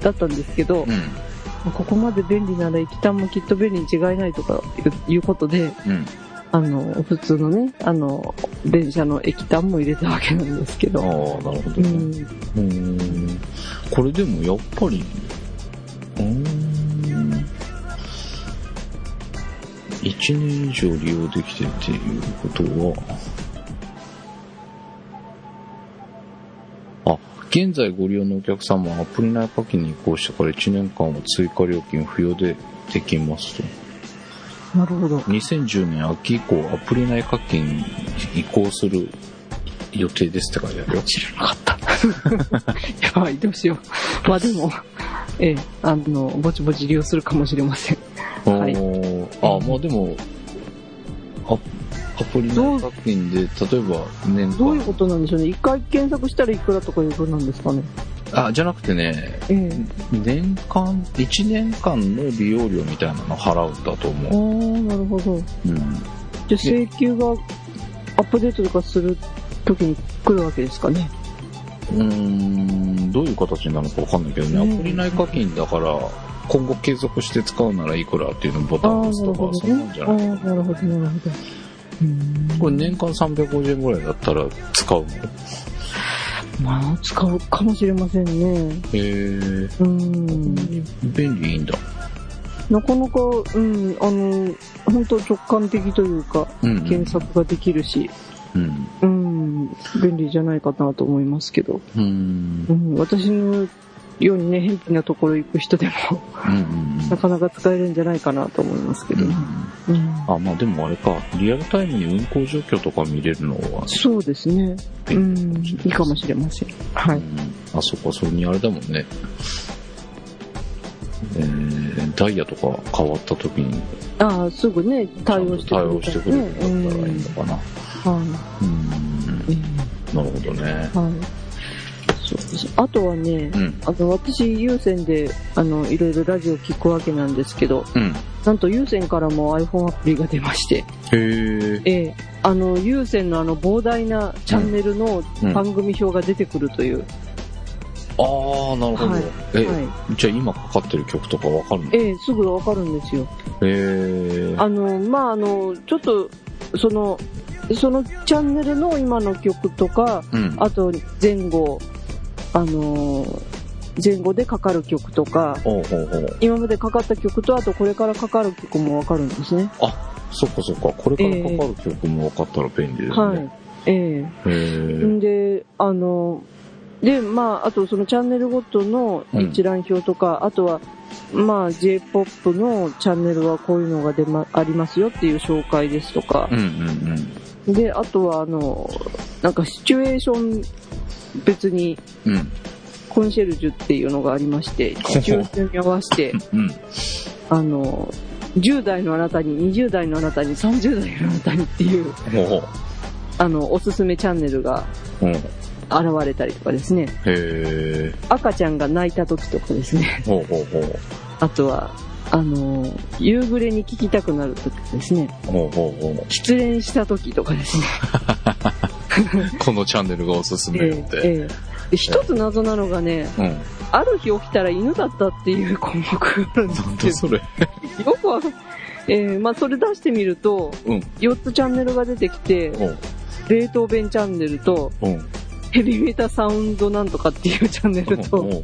Speaker 1: だったんですけど、
Speaker 2: う
Speaker 1: ここまで便利なら液体もきっと便利に違いないとかいういうことで、
Speaker 2: んうん。
Speaker 1: あのー普通のね、あのー電車の液体も入れたわけなんですけ
Speaker 2: ああ、な
Speaker 1: ど、
Speaker 2: るほ
Speaker 1: う
Speaker 2: どね。
Speaker 1: ん、
Speaker 2: うーんこれでもやっぱり、うーん、1年以上利用できてっていうことは、あ、現在ご利用のお客様はアプリ内課金に移行してから1年間は追加料金不要でできますと。
Speaker 1: なるほど。
Speaker 2: 2010年秋以降、アプリ内課金に移行する予定ですって書いてあるよ。
Speaker 1: 知らなかった。やばい、どうしよう。ま あでも、ええ、あの、ぼちぼち利用するかもしれません。はい
Speaker 2: おーあまあでもアアプリ
Speaker 1: ど
Speaker 2: の
Speaker 1: う
Speaker 2: 課金で例えば年
Speaker 1: どういう
Speaker 2: 間
Speaker 1: ことなんでしょうね。一回検索したらいくらとかいうことなんですかね。
Speaker 2: あじゃなくてね
Speaker 1: ええ。
Speaker 2: 年間1年間の利用料みたいなの払うんだと
Speaker 1: あ
Speaker 2: 思
Speaker 1: あ、なるほど。
Speaker 2: う、う
Speaker 1: じ
Speaker 2: ん、
Speaker 1: ゃあ請求がアップデートとかするときに来るわけですかね。
Speaker 2: うーんどういう形になるのかわかんないけどね、
Speaker 1: うん
Speaker 2: アプリ内課金だから今後継続して使うならいくらっていうのをボタ
Speaker 1: ああ、
Speaker 2: ンを押
Speaker 1: な
Speaker 2: す
Speaker 1: る
Speaker 2: と
Speaker 1: ほ
Speaker 2: か
Speaker 1: ど
Speaker 2: そんなん
Speaker 1: ね。
Speaker 2: じゃ
Speaker 1: ああ、
Speaker 2: ない
Speaker 1: なるほど、なるほど。
Speaker 2: これ年間350円ぐらいだったら使うのへ
Speaker 1: まあ、使うかもしれませんね。
Speaker 2: え
Speaker 1: うん。
Speaker 2: 便利いいんだ
Speaker 1: なかなか、うん、あの、本当直感的というか、
Speaker 2: うんうん
Speaker 1: 検索ができるし、
Speaker 2: うん
Speaker 1: うん、便利じゃないかなと思いますけど、
Speaker 2: うん
Speaker 1: うん、私のようにね、変気なところ行く人でも、
Speaker 2: うんうんうん
Speaker 1: なかなか使えるんじゃないかなと思いますけど。うん
Speaker 2: あ、まあでもあれか、リアルタイムに運行状況とか見れるのは、
Speaker 1: そうですね。うん、いいかもしれません。は
Speaker 2: う
Speaker 1: い。
Speaker 2: んあ、そっか、それにあれだもんね。えー、ダイヤとか変わった時に、
Speaker 1: ああ、すぐね、対応して
Speaker 2: ちゃんと対応してくれるんだった
Speaker 1: ね
Speaker 2: らいいのかな。
Speaker 1: うん
Speaker 2: うん、なるほどね。
Speaker 1: はい。はい。そうです。あとはね
Speaker 2: う、ん、
Speaker 1: あの、私、有線で、あの、いろいろラジオ聞くわけなんですけど、
Speaker 2: うん。
Speaker 1: なんと有線からも iPhone アプリが出まして、
Speaker 2: へえ。
Speaker 1: ええ、あの、有線のあの、膨大なチャンネルの
Speaker 2: うんあ
Speaker 1: 番組表が出てくるという、
Speaker 2: あ、なるほど。
Speaker 1: はい
Speaker 2: え、
Speaker 1: は
Speaker 2: じゃあ今かかってる曲とかわかる
Speaker 1: い。
Speaker 2: の
Speaker 1: ええ、すぐわかるんですよ。
Speaker 2: へえ。
Speaker 1: あの、まあ、あの、ちょっと、その、そのチャンネルの今の曲とか、
Speaker 2: うん。
Speaker 1: あと前後、あのー、前後でかかる曲とか、
Speaker 2: ほうほうほう。
Speaker 1: 今までかかった曲と、あとこれからかかる曲もわかるんですね。
Speaker 2: そっかそっか、これからかかる曲も分かったら便利だよ
Speaker 1: は
Speaker 2: ね。
Speaker 1: い。ええ
Speaker 2: へえ。
Speaker 1: んで、あのー、で、まあ、あとそのチャンネルごとの一覧表とか、あとは、まあ、J-POP のチャンネルはこういうのが出ま、ありますよっていう紹介ですとか
Speaker 2: う、んうん
Speaker 1: で、あとは、あの、なんかシチュエーション別に
Speaker 2: うん。うん。
Speaker 1: コンシェルジュっていうのがありまして、シチュエーションに合わせ て、
Speaker 2: うん。
Speaker 1: あの、10代のあなたに、20代のあなたに、30代のあなたにっていう、
Speaker 2: ほ
Speaker 1: あの、おすすめチャンネルが
Speaker 2: う。うん。へ
Speaker 1: 現れたりとかですね。
Speaker 2: え。
Speaker 1: 赤ちゃんが泣いた時とかですね。
Speaker 2: ほうほうほう。
Speaker 1: あとは、あの、夕暮れに聞きたくなる時ですね。
Speaker 2: ほうほうほ
Speaker 1: 失恋した時とかですね。
Speaker 2: う。このチャンネルがおすす
Speaker 1: え
Speaker 2: めって。
Speaker 1: えええで一つ謎なのがね、
Speaker 2: うん。
Speaker 1: ある日起きたら犬だったっていう項目があるんです
Speaker 2: なん
Speaker 1: け
Speaker 2: だそれ。
Speaker 1: ど、よく わかんええまあそれ出してみると、
Speaker 2: うん
Speaker 1: 4つチャンネルが出てきて、
Speaker 2: ほう。
Speaker 1: 冷凍弁チャンネルと、
Speaker 2: うん。
Speaker 1: ヘビメタサウンドなんとかっていうチャンネル
Speaker 2: ほう
Speaker 1: と、
Speaker 2: ほ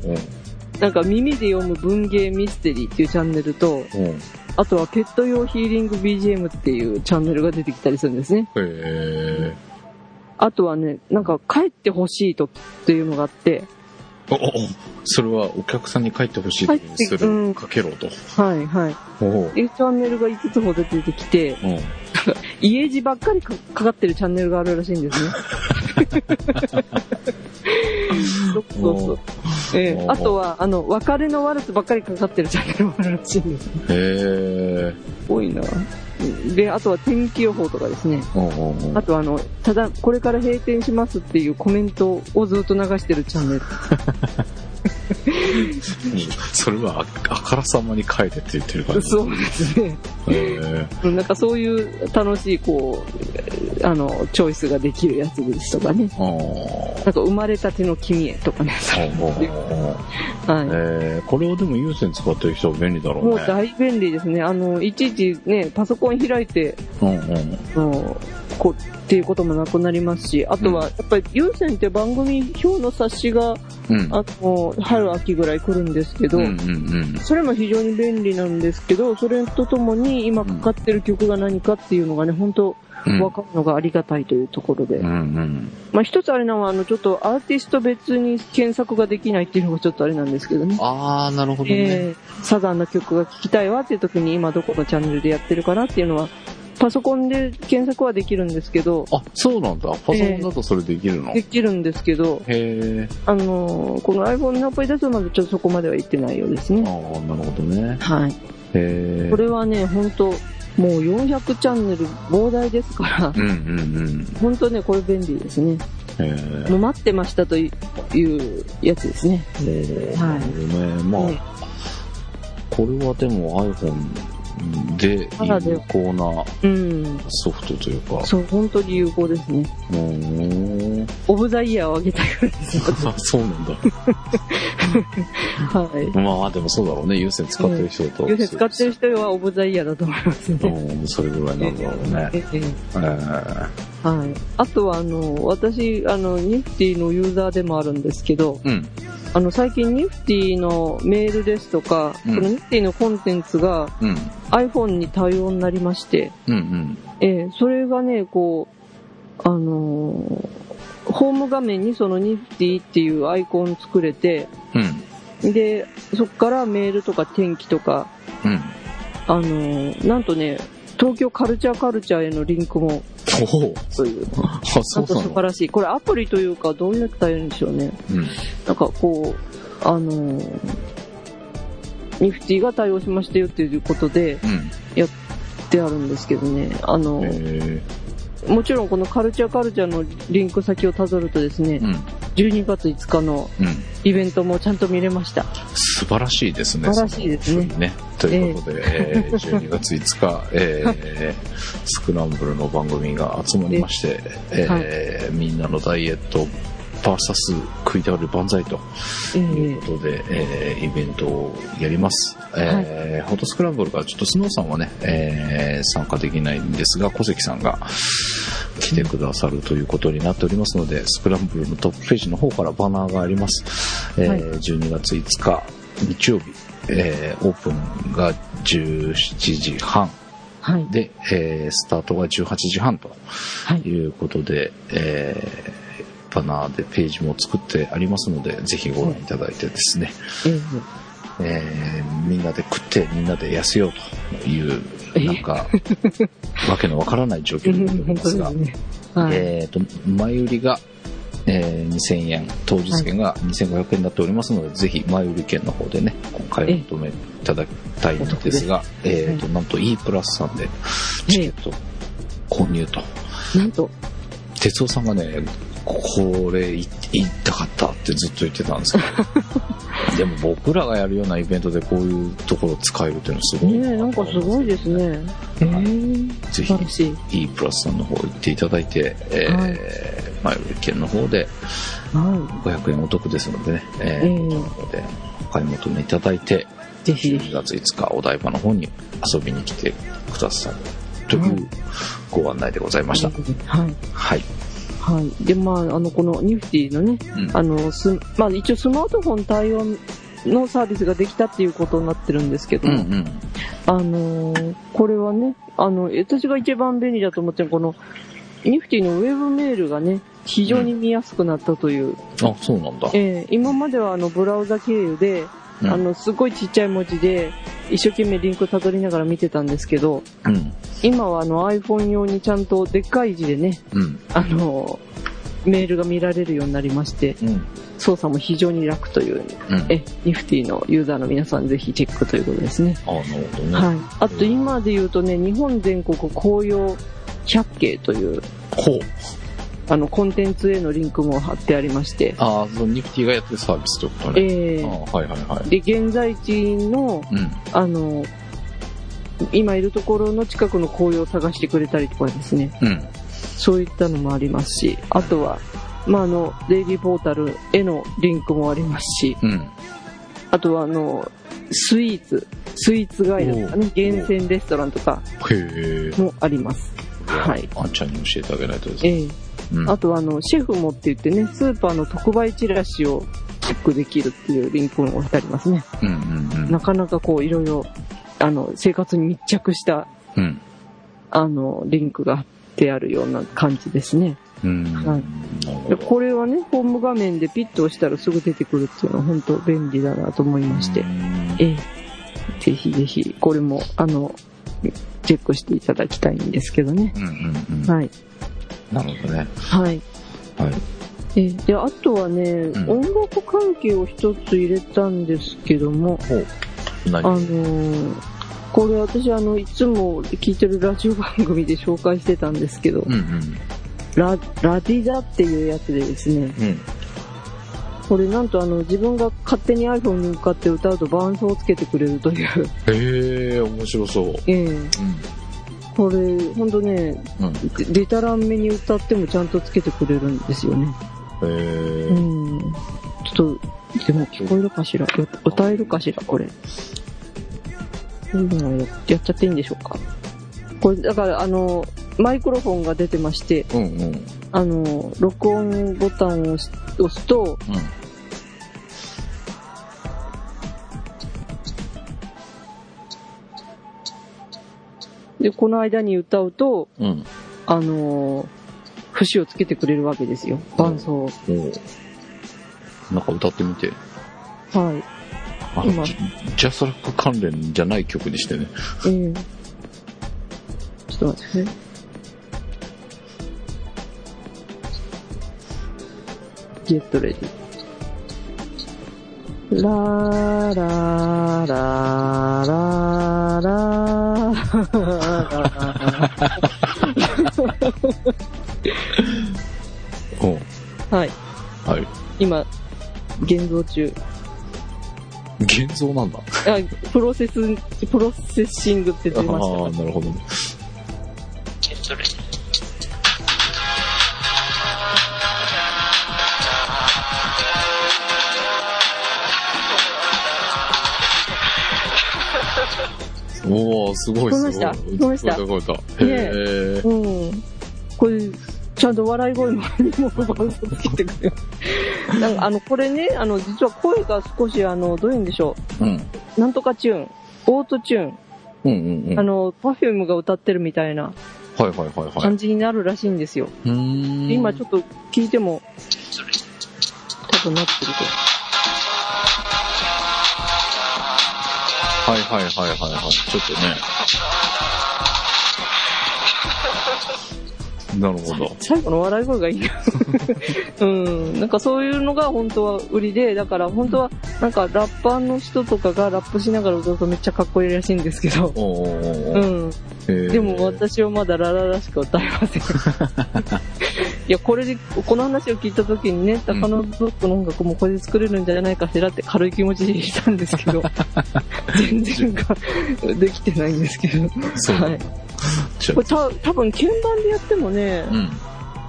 Speaker 2: う
Speaker 1: なんか耳で読む文芸ミステリーっていうチャンネルと、
Speaker 2: ほう。
Speaker 1: あとはペット用ヒーリング BGM っていうチャンネルが出てきたりするんですね。
Speaker 2: へえ。
Speaker 1: あとはね、なんか帰ってほしい時っていうのがあって、
Speaker 2: おおおそれはお客さんに帰ってほしい時にす
Speaker 1: 帰ってう
Speaker 2: る
Speaker 1: ん
Speaker 2: かけろと。
Speaker 1: はいはい。
Speaker 2: ほう。
Speaker 1: いうチャンネルが5つほど出てきて、
Speaker 2: うん。
Speaker 1: 家路ばっかりかかかってるチャンネルがあるらしいんですね。そうそうそう。ええ
Speaker 2: おー
Speaker 1: あとは、あの、別れのワルツばっかりかかってるチャンネルもあるらしいんです。
Speaker 2: へえ。
Speaker 1: 多いな。で、あとは天気予報とかですね。
Speaker 2: ほうほうほう
Speaker 1: あ。とあの、ただ、これから閉店しますっていうコメントをずっと流してるチャンネル。
Speaker 2: それはああからさまに帰れって言ってるから、ね。
Speaker 1: そうですね。
Speaker 2: へ
Speaker 1: なんかそういう楽しい、こう、あの、チョイスができるやつですとかね。
Speaker 2: ーあ
Speaker 1: なんか生まれたての君へとかね。
Speaker 2: ーほうほうほう
Speaker 1: は
Speaker 2: えーこれをでも有線使ってる人は便利だろ
Speaker 1: い。
Speaker 2: う
Speaker 1: もう
Speaker 2: ね。
Speaker 1: 大便利ですね。あの、いちいちね、パソコン開いて、
Speaker 2: うんうん。
Speaker 1: あのこう、っていうこともなくなりますし、あとは、やっぱり、有線って番組表の冊子が、
Speaker 2: うん。
Speaker 1: あの、春秋ぐらい来るんですけど、
Speaker 2: うんうん
Speaker 1: それも非常に便利なんですけど、それとともに今かかってる曲が何かっていうのがね、本当
Speaker 2: うん。
Speaker 1: わかるのがありがたいというところで。
Speaker 2: うんうん。
Speaker 1: まあ一つあれなのは、あの、ちょっとアーティスト別に検索ができないっていうのがちょっとあれなんですけどね。
Speaker 2: あー、なるほどね。
Speaker 1: えーサザンの曲が聴きたいわっていう時に今どこのチャンネルでやってるかなっていうのは、パソコンで検索はできるんですけど、
Speaker 2: あ、そうなんだ。パソコンだとそれできるの。
Speaker 1: できるんですけど、
Speaker 2: へえ。
Speaker 1: あのーこの iPhone のアプリだとまだちょっとそこまでは行ってないようです
Speaker 2: あ
Speaker 1: ね。
Speaker 2: ー、なるほどね。
Speaker 1: はい。
Speaker 2: へえ。
Speaker 1: これはね、本当もう400チャンネル膨大ですから、
Speaker 2: うんうんうん。
Speaker 1: 本当ね、これ便利ですね。
Speaker 2: へえ。
Speaker 1: もう待ってましたというやつですね。
Speaker 2: おー
Speaker 1: は
Speaker 2: ないるほどね。まあ、
Speaker 1: え
Speaker 2: これはでも iPhone で
Speaker 1: ただで
Speaker 2: 有効な
Speaker 1: えうん。
Speaker 2: ソフトというか。
Speaker 1: そう、本当に有効ですね。
Speaker 2: うーん。
Speaker 1: オブザイヤーをあげたいぐらいです。
Speaker 2: あ そうなんだ。
Speaker 1: は
Speaker 2: まあでもそうだろうね。有線使ってる人だと。
Speaker 1: い。要するに使ってる人はオブザイヤーだと思いますね。
Speaker 2: うん、それぐらいなんだろうね。
Speaker 1: ええ
Speaker 2: えー
Speaker 1: はい。あとは、あの、私、あの、ニフティのユーザーでもあるんですけど、
Speaker 2: うん。
Speaker 1: あの、最近ニフティのメールですとか、
Speaker 2: うん
Speaker 1: このニフティのコンテンツが
Speaker 2: うん。
Speaker 1: iPhone に対応になりまして、
Speaker 2: うんうん。
Speaker 1: ええそれがね、こう、あのーホーム画面にそのニフティっていうアイコン作れて、
Speaker 2: うん。
Speaker 1: で、そっからメールとか天気とか、
Speaker 2: うん。
Speaker 1: あのーなんとね、東京カルチャーカルチャーへのリンクも、
Speaker 2: おお。
Speaker 1: そういう、
Speaker 2: あ、
Speaker 1: な
Speaker 2: そ
Speaker 1: ん
Speaker 2: う
Speaker 1: と
Speaker 2: な
Speaker 1: 素晴
Speaker 2: の
Speaker 1: らしい。これアプリというか、どうやったらいいんでしょうね。
Speaker 2: うん。
Speaker 1: なんかこう、あのーニフティが対応しましたよっていうことで、
Speaker 2: うん。
Speaker 1: であるんですけどね。あのー
Speaker 2: え
Speaker 1: もちろんこのカルチャーカルチャーのリンク先をたどるとですね
Speaker 2: ー、う、ん。
Speaker 1: 12月5日の
Speaker 2: うん。
Speaker 1: イベントもちゃんと見れました。
Speaker 2: 素晴らしいですね。
Speaker 1: 素晴らしいですね
Speaker 2: そのね。ということで、えー12月5日、えースクランブルの番組が集まりまして、えーみんなのダイエット、バーサス食い倒れ万歳と
Speaker 1: え
Speaker 2: という
Speaker 1: え
Speaker 2: ことで、えーイベントをやります。えーフォトスクランブルからちょっとスノーさんはね、えー参加できないんですが、小関さんが来てくださるということになっておりますので、スクランブルのトップページの方からバナーがあります。えー
Speaker 1: はい
Speaker 2: 12月5日日曜日、えーオープンが17時半
Speaker 1: はい。
Speaker 2: で、えースタートが18時半と
Speaker 1: はい。
Speaker 2: いうことで、えーパナーでページも作ってありますので、ぜひご覧いただいてですね、えーみんなで食ってみんなで痩せようという、
Speaker 1: え
Speaker 2: なんか、 わけのわからない状況になっており
Speaker 1: 本
Speaker 2: ま
Speaker 1: 当
Speaker 2: す
Speaker 1: で
Speaker 2: が
Speaker 1: す、ね。はい。
Speaker 2: えっ、と、前売りが、えー2000円、当日券が2500円になっておりますので、ぜひ前売り券の方でね、今回お求めいただきたいんですが、えっ、と、なんと E プラスさんでチケット購入と。
Speaker 1: なんと、
Speaker 2: 哲夫さんがね、これい行ったかったってずっと言ってたんです けど、でも僕らがやるようなイベントでこういうところ使えるっていうのすごい
Speaker 1: ねえ、なんかすごいですね。へえ、
Speaker 2: ぜ
Speaker 1: 素
Speaker 2: ひ
Speaker 1: 晴らしい。
Speaker 2: E プラスさんの方行っていただいて、えー
Speaker 1: は
Speaker 2: 前売り券の方で
Speaker 1: は
Speaker 2: 500円お得ですのでね、え
Speaker 1: い。ええ、
Speaker 2: ーのでお買い求めいただいて
Speaker 1: ぜひぜ
Speaker 2: 2
Speaker 1: ひ。
Speaker 2: 月5日お台場の方に遊びに来てくださいと
Speaker 1: はいいう
Speaker 2: ご案内でございました、
Speaker 1: はい。
Speaker 2: はい
Speaker 1: はい。で、まあ、あの、このニフティのね、
Speaker 2: うん
Speaker 1: あの、す、まあ、一応スマートフォン対応のサービスができたっていうことになってるんですけど、
Speaker 2: うんうん
Speaker 1: あのーこれはね、あの、私が一番便利だと思ってるこの、ニフティのウェブメールがね、非常に見やすくなったという、
Speaker 2: あそうなんだ
Speaker 1: ええ今まではあのブラウザ経由で、
Speaker 2: うん
Speaker 1: あのすごいちっちゃい文字で一生懸命リンクたどりながら見てたんですけど
Speaker 2: うん
Speaker 1: 今はあの iPhone 用にちゃんとでっかい字でね
Speaker 2: うん
Speaker 1: あのメールが見られるようになりまして
Speaker 2: うん
Speaker 1: 操作も非常に楽という
Speaker 2: うん
Speaker 1: えニフティのユーザーの皆さんぜひチェックということですね、
Speaker 2: あなるほどね、
Speaker 1: はい、あと今で言うとね日本全国紅葉百景という
Speaker 2: ほう
Speaker 1: あのコンテンツへのリンクも貼ってありまして、
Speaker 2: ああそのニフティがやってるサービスってことね、
Speaker 1: ええ
Speaker 2: あーはいはいはい
Speaker 1: で現在地の
Speaker 2: うん
Speaker 1: あの、今いるところの近くの紅葉を探してくれたりとかですね、
Speaker 2: うん
Speaker 1: そういったのもありますし、あとは、まあ、あの、デイリーポータルへのリンクもありますし、
Speaker 2: うん
Speaker 1: あとは、あの、スイーツ、スイーツガイドとかね、厳選レストランとか
Speaker 2: へえ
Speaker 1: もあります。はい。
Speaker 2: あんちゃんに教えてあげないとですね、
Speaker 1: ええ
Speaker 2: うん、
Speaker 1: あとは、あの、シェフもって言ってね、スーパーの特売チラシをチェックできるっていうリンクも置いてありますね。
Speaker 2: うんうんうん
Speaker 1: なかなかこう、いろいろ、あの、生活に密着した
Speaker 2: うん
Speaker 1: あの、リンクが貼ってあるような感じですね。
Speaker 2: うん、
Speaker 1: はい
Speaker 2: なるほ
Speaker 1: で
Speaker 2: ど
Speaker 1: これはね、ホーム画面でピッと押したらすぐ出てくるっていうのは本当便利だなと思いまして
Speaker 2: う。ん
Speaker 1: ええ。ぜひぜひ、これも、あの、チェックしていただきたいんですけどね。
Speaker 2: うんうんうん
Speaker 1: はい。
Speaker 2: なるほどね。
Speaker 1: はい。
Speaker 2: はい。
Speaker 1: ええで、あとはね、
Speaker 2: ん
Speaker 1: 音楽関係を一つ入れたんですけども、
Speaker 2: ほう。
Speaker 1: あの
Speaker 2: 何
Speaker 1: ーこれ私あの、いつも聞いてるラジオ番組で紹介してたんですけど、
Speaker 2: うんうん。
Speaker 1: ラ、ラディザっていうやつでですね、
Speaker 2: うん。
Speaker 1: これなんとあの自分が勝手に iPhone に向かって歌うと伴奏をつけてくれるという、
Speaker 2: へえ、面白そう。
Speaker 1: ええ
Speaker 2: う
Speaker 1: これほんとね
Speaker 2: ん。うん。へ
Speaker 1: ででたらんめに歌ってもちゃんとつけてくれるんですよね
Speaker 2: え
Speaker 1: う。んちょっとでも聞こえるかしらう歌えるかしらこれこういうのややっちゃっていいんでしょうかこれだからあのマイクロフォンが出てまして
Speaker 2: うんうん。うん。
Speaker 1: あの録音ボタンを押す押すとでこの間に歌うと
Speaker 2: うん。
Speaker 1: あのー節をつけてくれるわけですよ。伴奏を。
Speaker 2: おうなんか歌ってみて。
Speaker 1: はい。
Speaker 2: あの、
Speaker 1: 今
Speaker 2: ジジャスラック関連じゃない曲にしてね。
Speaker 1: えーちょっと待ってね。ゲットレディ。ラーラーラーラーラー
Speaker 2: うん。
Speaker 1: はい。
Speaker 2: はい。
Speaker 1: 今、現像中。
Speaker 2: 現像なんだ。
Speaker 1: あ、プロセス、プロセッシングって
Speaker 2: あ
Speaker 1: 出ましたか
Speaker 2: あ、なるほどね。おおすごい
Speaker 1: 聞こえま
Speaker 2: すごい。
Speaker 1: した
Speaker 2: 聞
Speaker 1: 聞こえました
Speaker 2: こえた聞こえた。
Speaker 1: ねえ
Speaker 2: へえ。
Speaker 1: うん。これ、ちゃんと笑い声も何も伴奏つけてくれる。なんかあの、これ ね、あの、実は声が少し、あの、どういうんでしょ
Speaker 2: うん。
Speaker 1: う。なんとかチューン。オートチューン。
Speaker 2: うんうんう
Speaker 1: あ
Speaker 2: ん。はい
Speaker 1: の、パフュームが歌ってるみたいな
Speaker 2: はいはいはい。
Speaker 1: 感じになるらしいんですよ。
Speaker 2: うーん
Speaker 1: 今ちょっと聞いても、となってると。
Speaker 2: はいはいはいはいはい。ちょっとね。なるほど。
Speaker 1: 最後の笑い声がいいな。 うん。なんかそういうのが本当は売りで、だから本当はなんかラッパーの人とかがラップしながら歌うとめっちゃかっこいいらしいんですけど。
Speaker 2: おーおーお
Speaker 1: う
Speaker 2: ー
Speaker 1: ん。
Speaker 2: へー
Speaker 1: でも私はまだラララしか歌えません。 いや、これで、この話を聞いた時にね、
Speaker 2: うん
Speaker 1: 高野ブックの音楽もこれで作れるんじゃないかしらって軽い気持ちでいたんですけ ど、全然ができてないんですけど。
Speaker 2: そう
Speaker 1: はい。
Speaker 2: ちょ
Speaker 1: これた多分鍵盤でやってもね、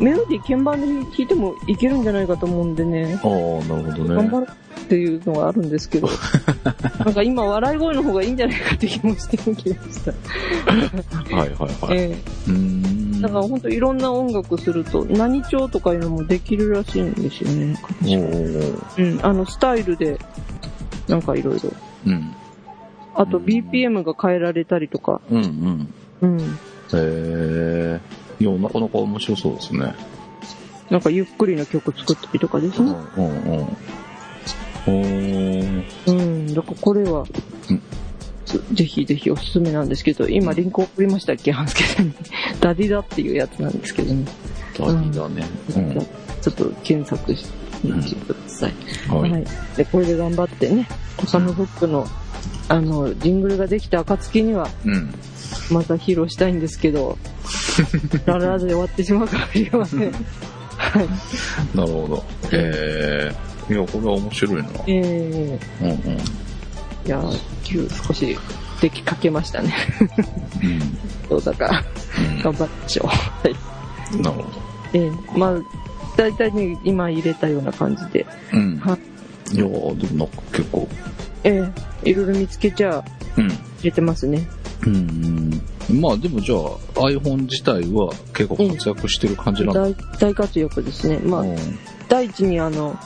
Speaker 2: うん。
Speaker 1: メロディー鍵盤で弾いてもいけるんじゃないかと思うんでね、
Speaker 2: ああ、なるほど
Speaker 1: 頑張
Speaker 2: ね。
Speaker 1: るっていうのがあるんです けど、なんか今笑い声の方がいいんじゃないかって気もしてきました。
Speaker 2: はいはいはい。
Speaker 1: ええ
Speaker 2: うーん。
Speaker 1: だから本当いろんな音楽すると、何調とかいうのもできるらしいんですよね。
Speaker 2: おーおーおー
Speaker 1: うん、あのスタイルで、なんかいろいろ。
Speaker 2: うん。
Speaker 1: あと
Speaker 2: うん
Speaker 1: BPM が変えられたりとか。
Speaker 2: うんう
Speaker 1: う
Speaker 2: ん。
Speaker 1: ん。
Speaker 2: へえ。いや、なかなか面白そうですね。
Speaker 1: なんかゆっくりな曲作ったりとかです
Speaker 2: うん
Speaker 1: ね。
Speaker 2: うんうん。おー
Speaker 1: うん。だからこれは
Speaker 2: うん、
Speaker 1: ぜひぜひおすすめなんですけど、今リンク送りましたっけ、半助さんに。ダディダっていうやつなんですけどね。
Speaker 2: ダディだね。うん。
Speaker 1: ちょっと検索してみてください。
Speaker 2: はい。
Speaker 1: はい、でこれで頑張ってね、他のフックのあのジングルができた暁には
Speaker 2: うん。
Speaker 1: また披露したいんですけ ど、ラララで終わってしまうかもしれません。はい、
Speaker 2: なるほど。へえ。いや、これは面白いな。
Speaker 1: えー、
Speaker 2: うんうん。
Speaker 1: いやー、今日少し出来かけましたね。
Speaker 2: うん。
Speaker 1: そうだから、
Speaker 2: う
Speaker 1: 頑張っちゃおう。はい。
Speaker 2: ん。なるほど。
Speaker 1: えー、まあ、大体ね、今入れたような感じで、
Speaker 2: うん。い
Speaker 1: は
Speaker 2: やーでもなんか結構。
Speaker 1: えー、いろいろ見つけちゃ
Speaker 2: うん。
Speaker 1: 入れてますね。
Speaker 2: うんうん。まあでもじゃあ iPhone 自体は結構活躍してる感じなんだ。
Speaker 1: 大大活躍ですね。まあ
Speaker 2: う、ん
Speaker 1: 第一にあの、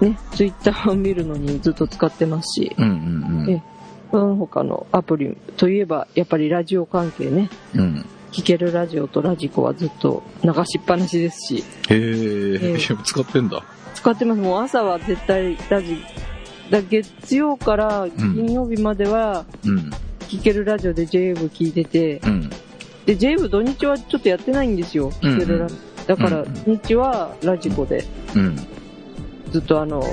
Speaker 1: ね、ツイッターを見るのにずっと使ってますし、
Speaker 2: うんうんうん
Speaker 1: えその他のアプリといえば、やっぱりラジオ関係ね、
Speaker 2: うん。
Speaker 1: 聞けるラジオとラジコはずっと流しっぱなしですし、
Speaker 2: へ
Speaker 1: え
Speaker 2: え、
Speaker 1: え
Speaker 2: 使ってんだ。
Speaker 1: 使ってます。もう朝は絶対ラジ、だ月曜から金曜日までは、
Speaker 2: うん。
Speaker 1: 聞けるラジオで j w 聞いてて、
Speaker 2: うん。
Speaker 1: で、j w 土日はちょっとやってないんですよ。
Speaker 2: うん
Speaker 1: 聞けるラだから、
Speaker 2: うん
Speaker 1: 土日はラジコで、
Speaker 2: うん。
Speaker 1: ずっとあの、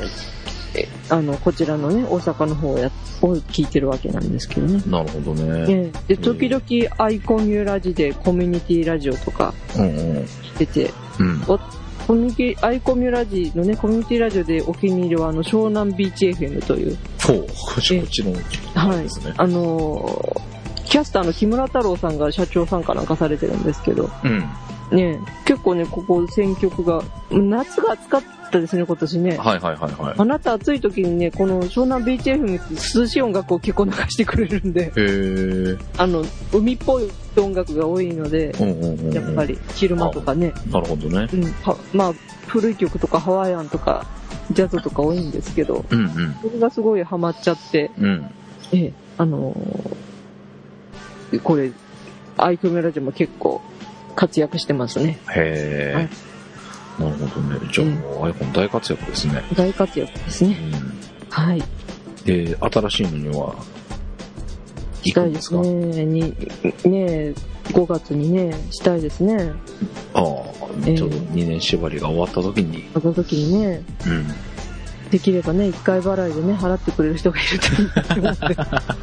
Speaker 1: えあの、こちらのね、大阪の方をやを聞いてるわけなんですけどね。
Speaker 2: なるほどね。
Speaker 1: ええで、時々アイコンニューラジでコミュニティラジオとか
Speaker 2: うんうん。
Speaker 1: 出て、
Speaker 2: うん。
Speaker 1: コミュニティ、アイコミュラジのね、コミュニティラジオでお気に入りはあの、湘南ビーチ FM という、
Speaker 2: ほう、こっち
Speaker 1: え
Speaker 2: こっちの
Speaker 1: はい
Speaker 2: ですね。
Speaker 1: あのーキャスターの木村太郎さんが社長さんかなんかされてるんですけど、
Speaker 2: うん。
Speaker 1: ねえ、結構ね、ここ選曲が、夏が暑かったですね、今年ね。
Speaker 2: はいはいはいは
Speaker 1: あなた暑い時にね、この湘南ビーチ FM って涼しい音楽を結構流してくれるんで、
Speaker 2: い。へえ。
Speaker 1: あの、海っぽい音楽が多いので、
Speaker 2: うんうんうんうん。
Speaker 1: やっぱり昼間とかね、
Speaker 2: なるほどね。
Speaker 1: うん、はまあ、古い曲とかハワイアンとか、ジャズとか多いんですけど、
Speaker 2: うんうん。
Speaker 1: それがすごいハマっちゃって、
Speaker 2: うん。
Speaker 1: ええ、あのーこれ、アイクメラジオも結構活躍してますね。は
Speaker 2: へ
Speaker 1: い
Speaker 2: え。なるほどね。じゃあもう iPhone 大活躍ですね。
Speaker 1: 大活躍ですね。はい。
Speaker 2: で、新しいのには、行
Speaker 1: した
Speaker 2: く
Speaker 1: いで
Speaker 2: んですすか
Speaker 1: ね。に、ね5月にね、したいですね。
Speaker 2: ああ、ちょうど2年縛りが終わった時に。
Speaker 1: あの時にね、
Speaker 2: うん。
Speaker 1: できればね、1回払いでね、払ってくれる人がいるといいなと思 って。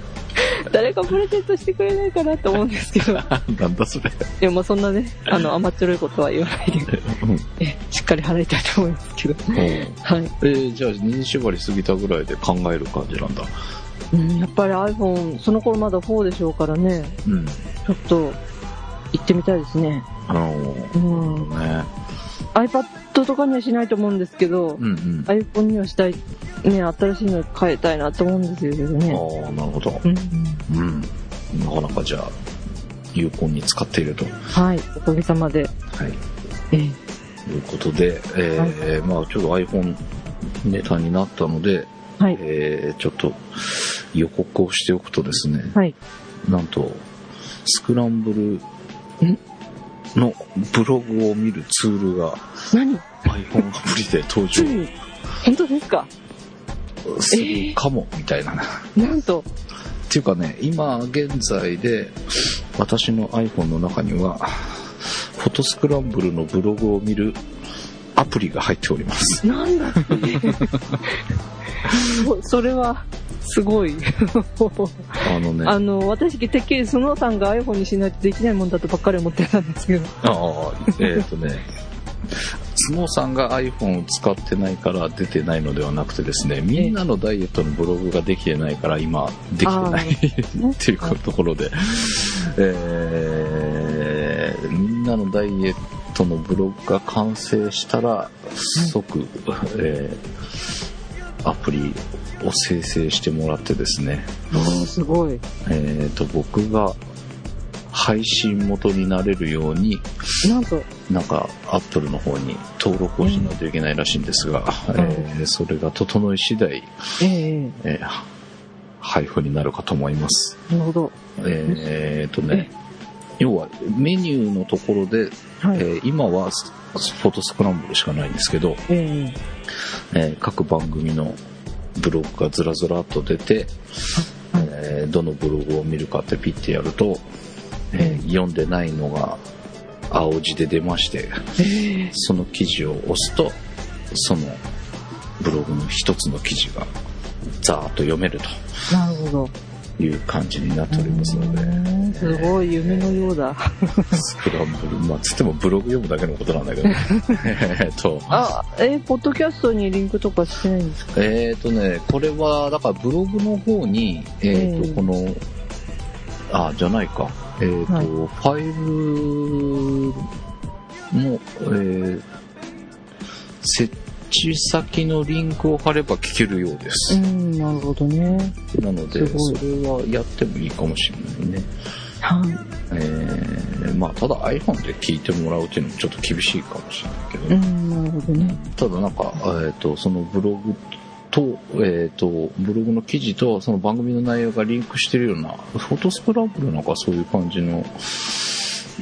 Speaker 1: 誰かプレゼントしてくれないかなと思うんですけど。
Speaker 2: なんだそれ。
Speaker 1: でもまあそんなね、あの、甘っちょろいことは言わないで、
Speaker 2: うん。
Speaker 1: えしっかり払いたいと思いますけど。
Speaker 2: え
Speaker 1: はい。
Speaker 2: ーじゃあ、2年縛り過ぎたぐらいで考える感じなんだ。
Speaker 1: うん、やっぱり iPhone、その頃まだ4でしょうからね、
Speaker 2: うん。
Speaker 1: ちょっと、行ってみたいですね。
Speaker 2: あのー
Speaker 1: うん。
Speaker 2: ね。
Speaker 1: iPad とかにはしないと思うんですけど、
Speaker 2: うんうん。あ
Speaker 1: iPhone にはしたい、ね、新しいの変えたいなと思うんですけど
Speaker 2: あ
Speaker 1: ね。
Speaker 2: ー、なるほど。
Speaker 1: うん。
Speaker 2: うん。なかなかじゃあ、有効に使っていると。は
Speaker 1: はい。おかげさまで。
Speaker 2: い。
Speaker 1: ええ
Speaker 2: ということで、えーまあちょっと iPhone ネタになったので、
Speaker 1: はい。
Speaker 2: えーちょっと予告をしておくとですね、
Speaker 1: はい。
Speaker 2: なんと、スクランブ
Speaker 1: ん
Speaker 2: ルのブログを見るツールが
Speaker 1: 何
Speaker 2: iPhone アプリで登
Speaker 1: つ
Speaker 2: 場
Speaker 1: い。に本当ですか
Speaker 2: するかも、みたいな。
Speaker 1: なんと。
Speaker 2: っていうかね、今現在で私の iPhone の中には、フォトスクランブルのブログを見るアプリが入っており ます。
Speaker 1: なんだってそれは、すごい。
Speaker 2: あのね、
Speaker 1: あの、私、てっきりスノーさんが iPhone にしないとできないもんだとばっかり思ってたんですけど。
Speaker 2: ああ、えっ、とね、スノーさんが iPhone を使ってないから出てないのではなくてですね、みんなのダイエットのブログができてないから今できてないっていうところで、えーみんなのダイエットのブログが完成したら即、えーアプリを生成してもらってですね、
Speaker 1: あーすごい。
Speaker 2: えー、と僕が配信元になれるように
Speaker 1: なんと、
Speaker 2: なんか、アップルの方に登録をしないといけないらしいんですが、
Speaker 1: ん
Speaker 2: えーそれが整い次第、
Speaker 1: ええ
Speaker 2: えー配布になるかと思います。
Speaker 1: なるほど。
Speaker 2: えーえーとね、要はメニューのところ
Speaker 1: は
Speaker 2: で、
Speaker 1: い。
Speaker 2: え
Speaker 1: え
Speaker 2: ー今はスフォトスクランブルしかないんですけど、
Speaker 1: え
Speaker 2: えー各番組のブログがずらずらっと出て、えーどのブログを見るかってピッてやると、えー読んでないのが青字で出まして、その記事を押すとそのブログの一つの記事がざーっと読める
Speaker 1: なるほど。
Speaker 2: という感じになっておりますので、
Speaker 1: うんすごい、夢のようだ。
Speaker 2: スクランブル、まあ、つってもブログ読むだけのことなん だけど、えーっと、
Speaker 1: あ、えーポッドキャストにリンクとかしてないんですか
Speaker 2: えー、とね、これは、だからブログの方に、えーと、
Speaker 1: うん
Speaker 2: この、あ、じゃないか、えーと、
Speaker 1: はい
Speaker 2: ファイルの、えー設置先のリンクを貼れば聞けるようです。
Speaker 1: ん、なるほどね。
Speaker 2: なので、
Speaker 1: すご
Speaker 2: そ
Speaker 1: い
Speaker 2: れはやってもいいかもしれないね。
Speaker 1: はい。
Speaker 2: えー、まあ、ただ iPhone で聞いてもらうっていうのもちょっと厳しいかもしれないけど、
Speaker 1: うん、なるほどね。
Speaker 2: ただなんか、えー、とそのブログと,、えー、とブログの記事とその番組の内容がリンクしてるようなフォトスクランブルなんかそういう感じの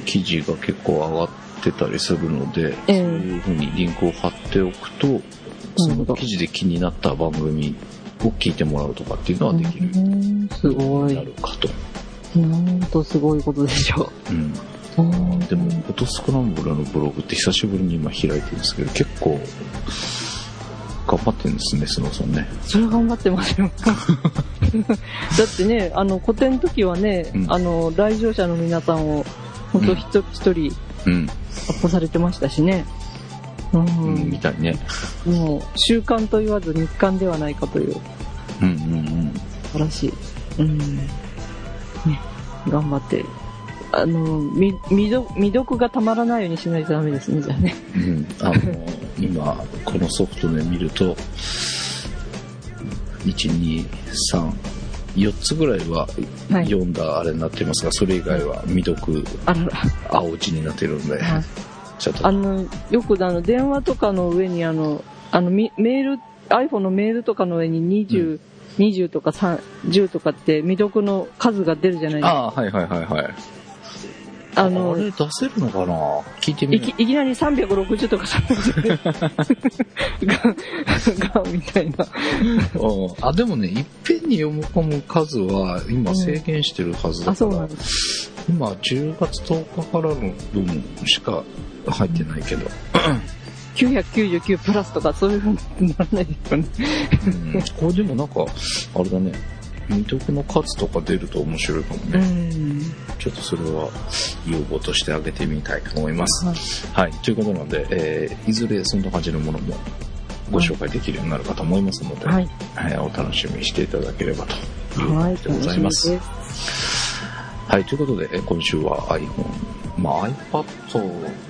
Speaker 2: 記事が結構上がってたりするので、
Speaker 1: ええ
Speaker 2: そういうふうにリンクを貼っておくとその記事で気になった番組を聞いてもらうとかっていうのはできるよ
Speaker 1: うんす
Speaker 2: う
Speaker 1: ご。
Speaker 2: にないるかと、
Speaker 1: なんとすごいことでしょう。
Speaker 2: うん、
Speaker 1: うん
Speaker 2: でもフォトスクランブルのブログって久しぶりに今開いてるんですけど結構頑張ってるんですねスノーさんね
Speaker 1: それは頑張ってます よ。だってね、あの、古典の時はね、
Speaker 2: うん
Speaker 1: あの、来場者の皆さんを、本当一人一人、
Speaker 2: うん
Speaker 1: アップされてましたしね。うん。
Speaker 2: みたいね。
Speaker 1: もう、習慣と言わず日刊ではないかという、
Speaker 2: うんうん
Speaker 1: 素晴らしい。うん。ね、頑張って。あの、み未読、未読がたまらないようにしないとダメですね、じゃあね。
Speaker 2: うん。うん、あの、今、このソフトで見ると、1、2、3、4つぐらいは
Speaker 1: はい
Speaker 2: 読んだあれになってますが、それ以外は未読、
Speaker 1: あらら。
Speaker 2: 青字になってるんで、
Speaker 1: はい
Speaker 2: ちょっと、
Speaker 1: あの、よくあの、電話とかの上にあの、あの、みメール、iPhone のメールとかの上に20、20とか3 10とかって未読の数が出るじゃないですか。
Speaker 2: ああー、はいはいはいはい。
Speaker 1: あ
Speaker 2: あ
Speaker 1: の、
Speaker 2: れ出せるのかな聞いてみ
Speaker 1: い
Speaker 2: る
Speaker 1: きいきなり360とか360が、が、みた いな。
Speaker 2: うんあ、でもね、いっぺんに読み込む数は今制限してるはず
Speaker 1: あ、
Speaker 2: だか
Speaker 1: そう
Speaker 2: ら、
Speaker 1: なんです。
Speaker 2: 今10月10日からの分しか入ってないけど、
Speaker 1: 999プラスとかそういう風にならないですかね。
Speaker 2: うんこれでもなんか、あれだね、未読の数とか出ると面白いかも
Speaker 1: う
Speaker 2: ね。
Speaker 1: ん。
Speaker 2: ちょっとそれは、要望としてあげてみたいと思います。はい、ということなんで、えーいずれそんな感じのものもご紹介できるようになるかと思いますので、
Speaker 1: はい。
Speaker 2: はいお楽しみにしていただければという
Speaker 1: はい、
Speaker 2: ことでございます。
Speaker 1: 楽し
Speaker 2: はい、ということで、えー今週は iPhone、まあ iPad、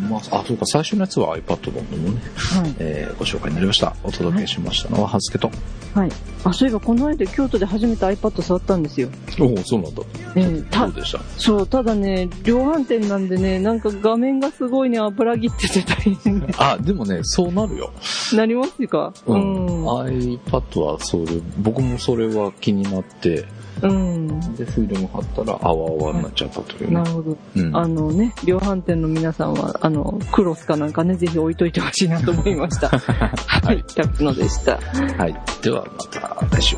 Speaker 2: まあ、あ、そうか、最初のやつは iPad のもね、
Speaker 1: みです。
Speaker 2: えーご紹介になりました。お届けしましたのは、ハスケと。
Speaker 1: はい。はい。あ、そういえばこの間京都で初めて iPad 触ったんですよ。
Speaker 2: おお、そうなんだ。
Speaker 1: ええた
Speaker 2: どうでした
Speaker 1: そう、ただね、量販店なんでね、なんか画面がすごいね、油切ってて大変ね
Speaker 2: あ、でもね、そうなるよ。
Speaker 1: なりますか
Speaker 2: う
Speaker 1: うんん。
Speaker 2: iPad はそれ、僕もそれは気になって、
Speaker 1: うん。
Speaker 2: で、フィルム貼ったら、あわあわになっちゃったという
Speaker 1: な
Speaker 2: ね。
Speaker 1: るほど。
Speaker 2: うん。
Speaker 1: あのね、量販店の皆皆さんは、あの、クロスかなんかね、ぜひ置いといてほしいなと思いました。はい、キャップのでした。
Speaker 2: はい。ではまた来週。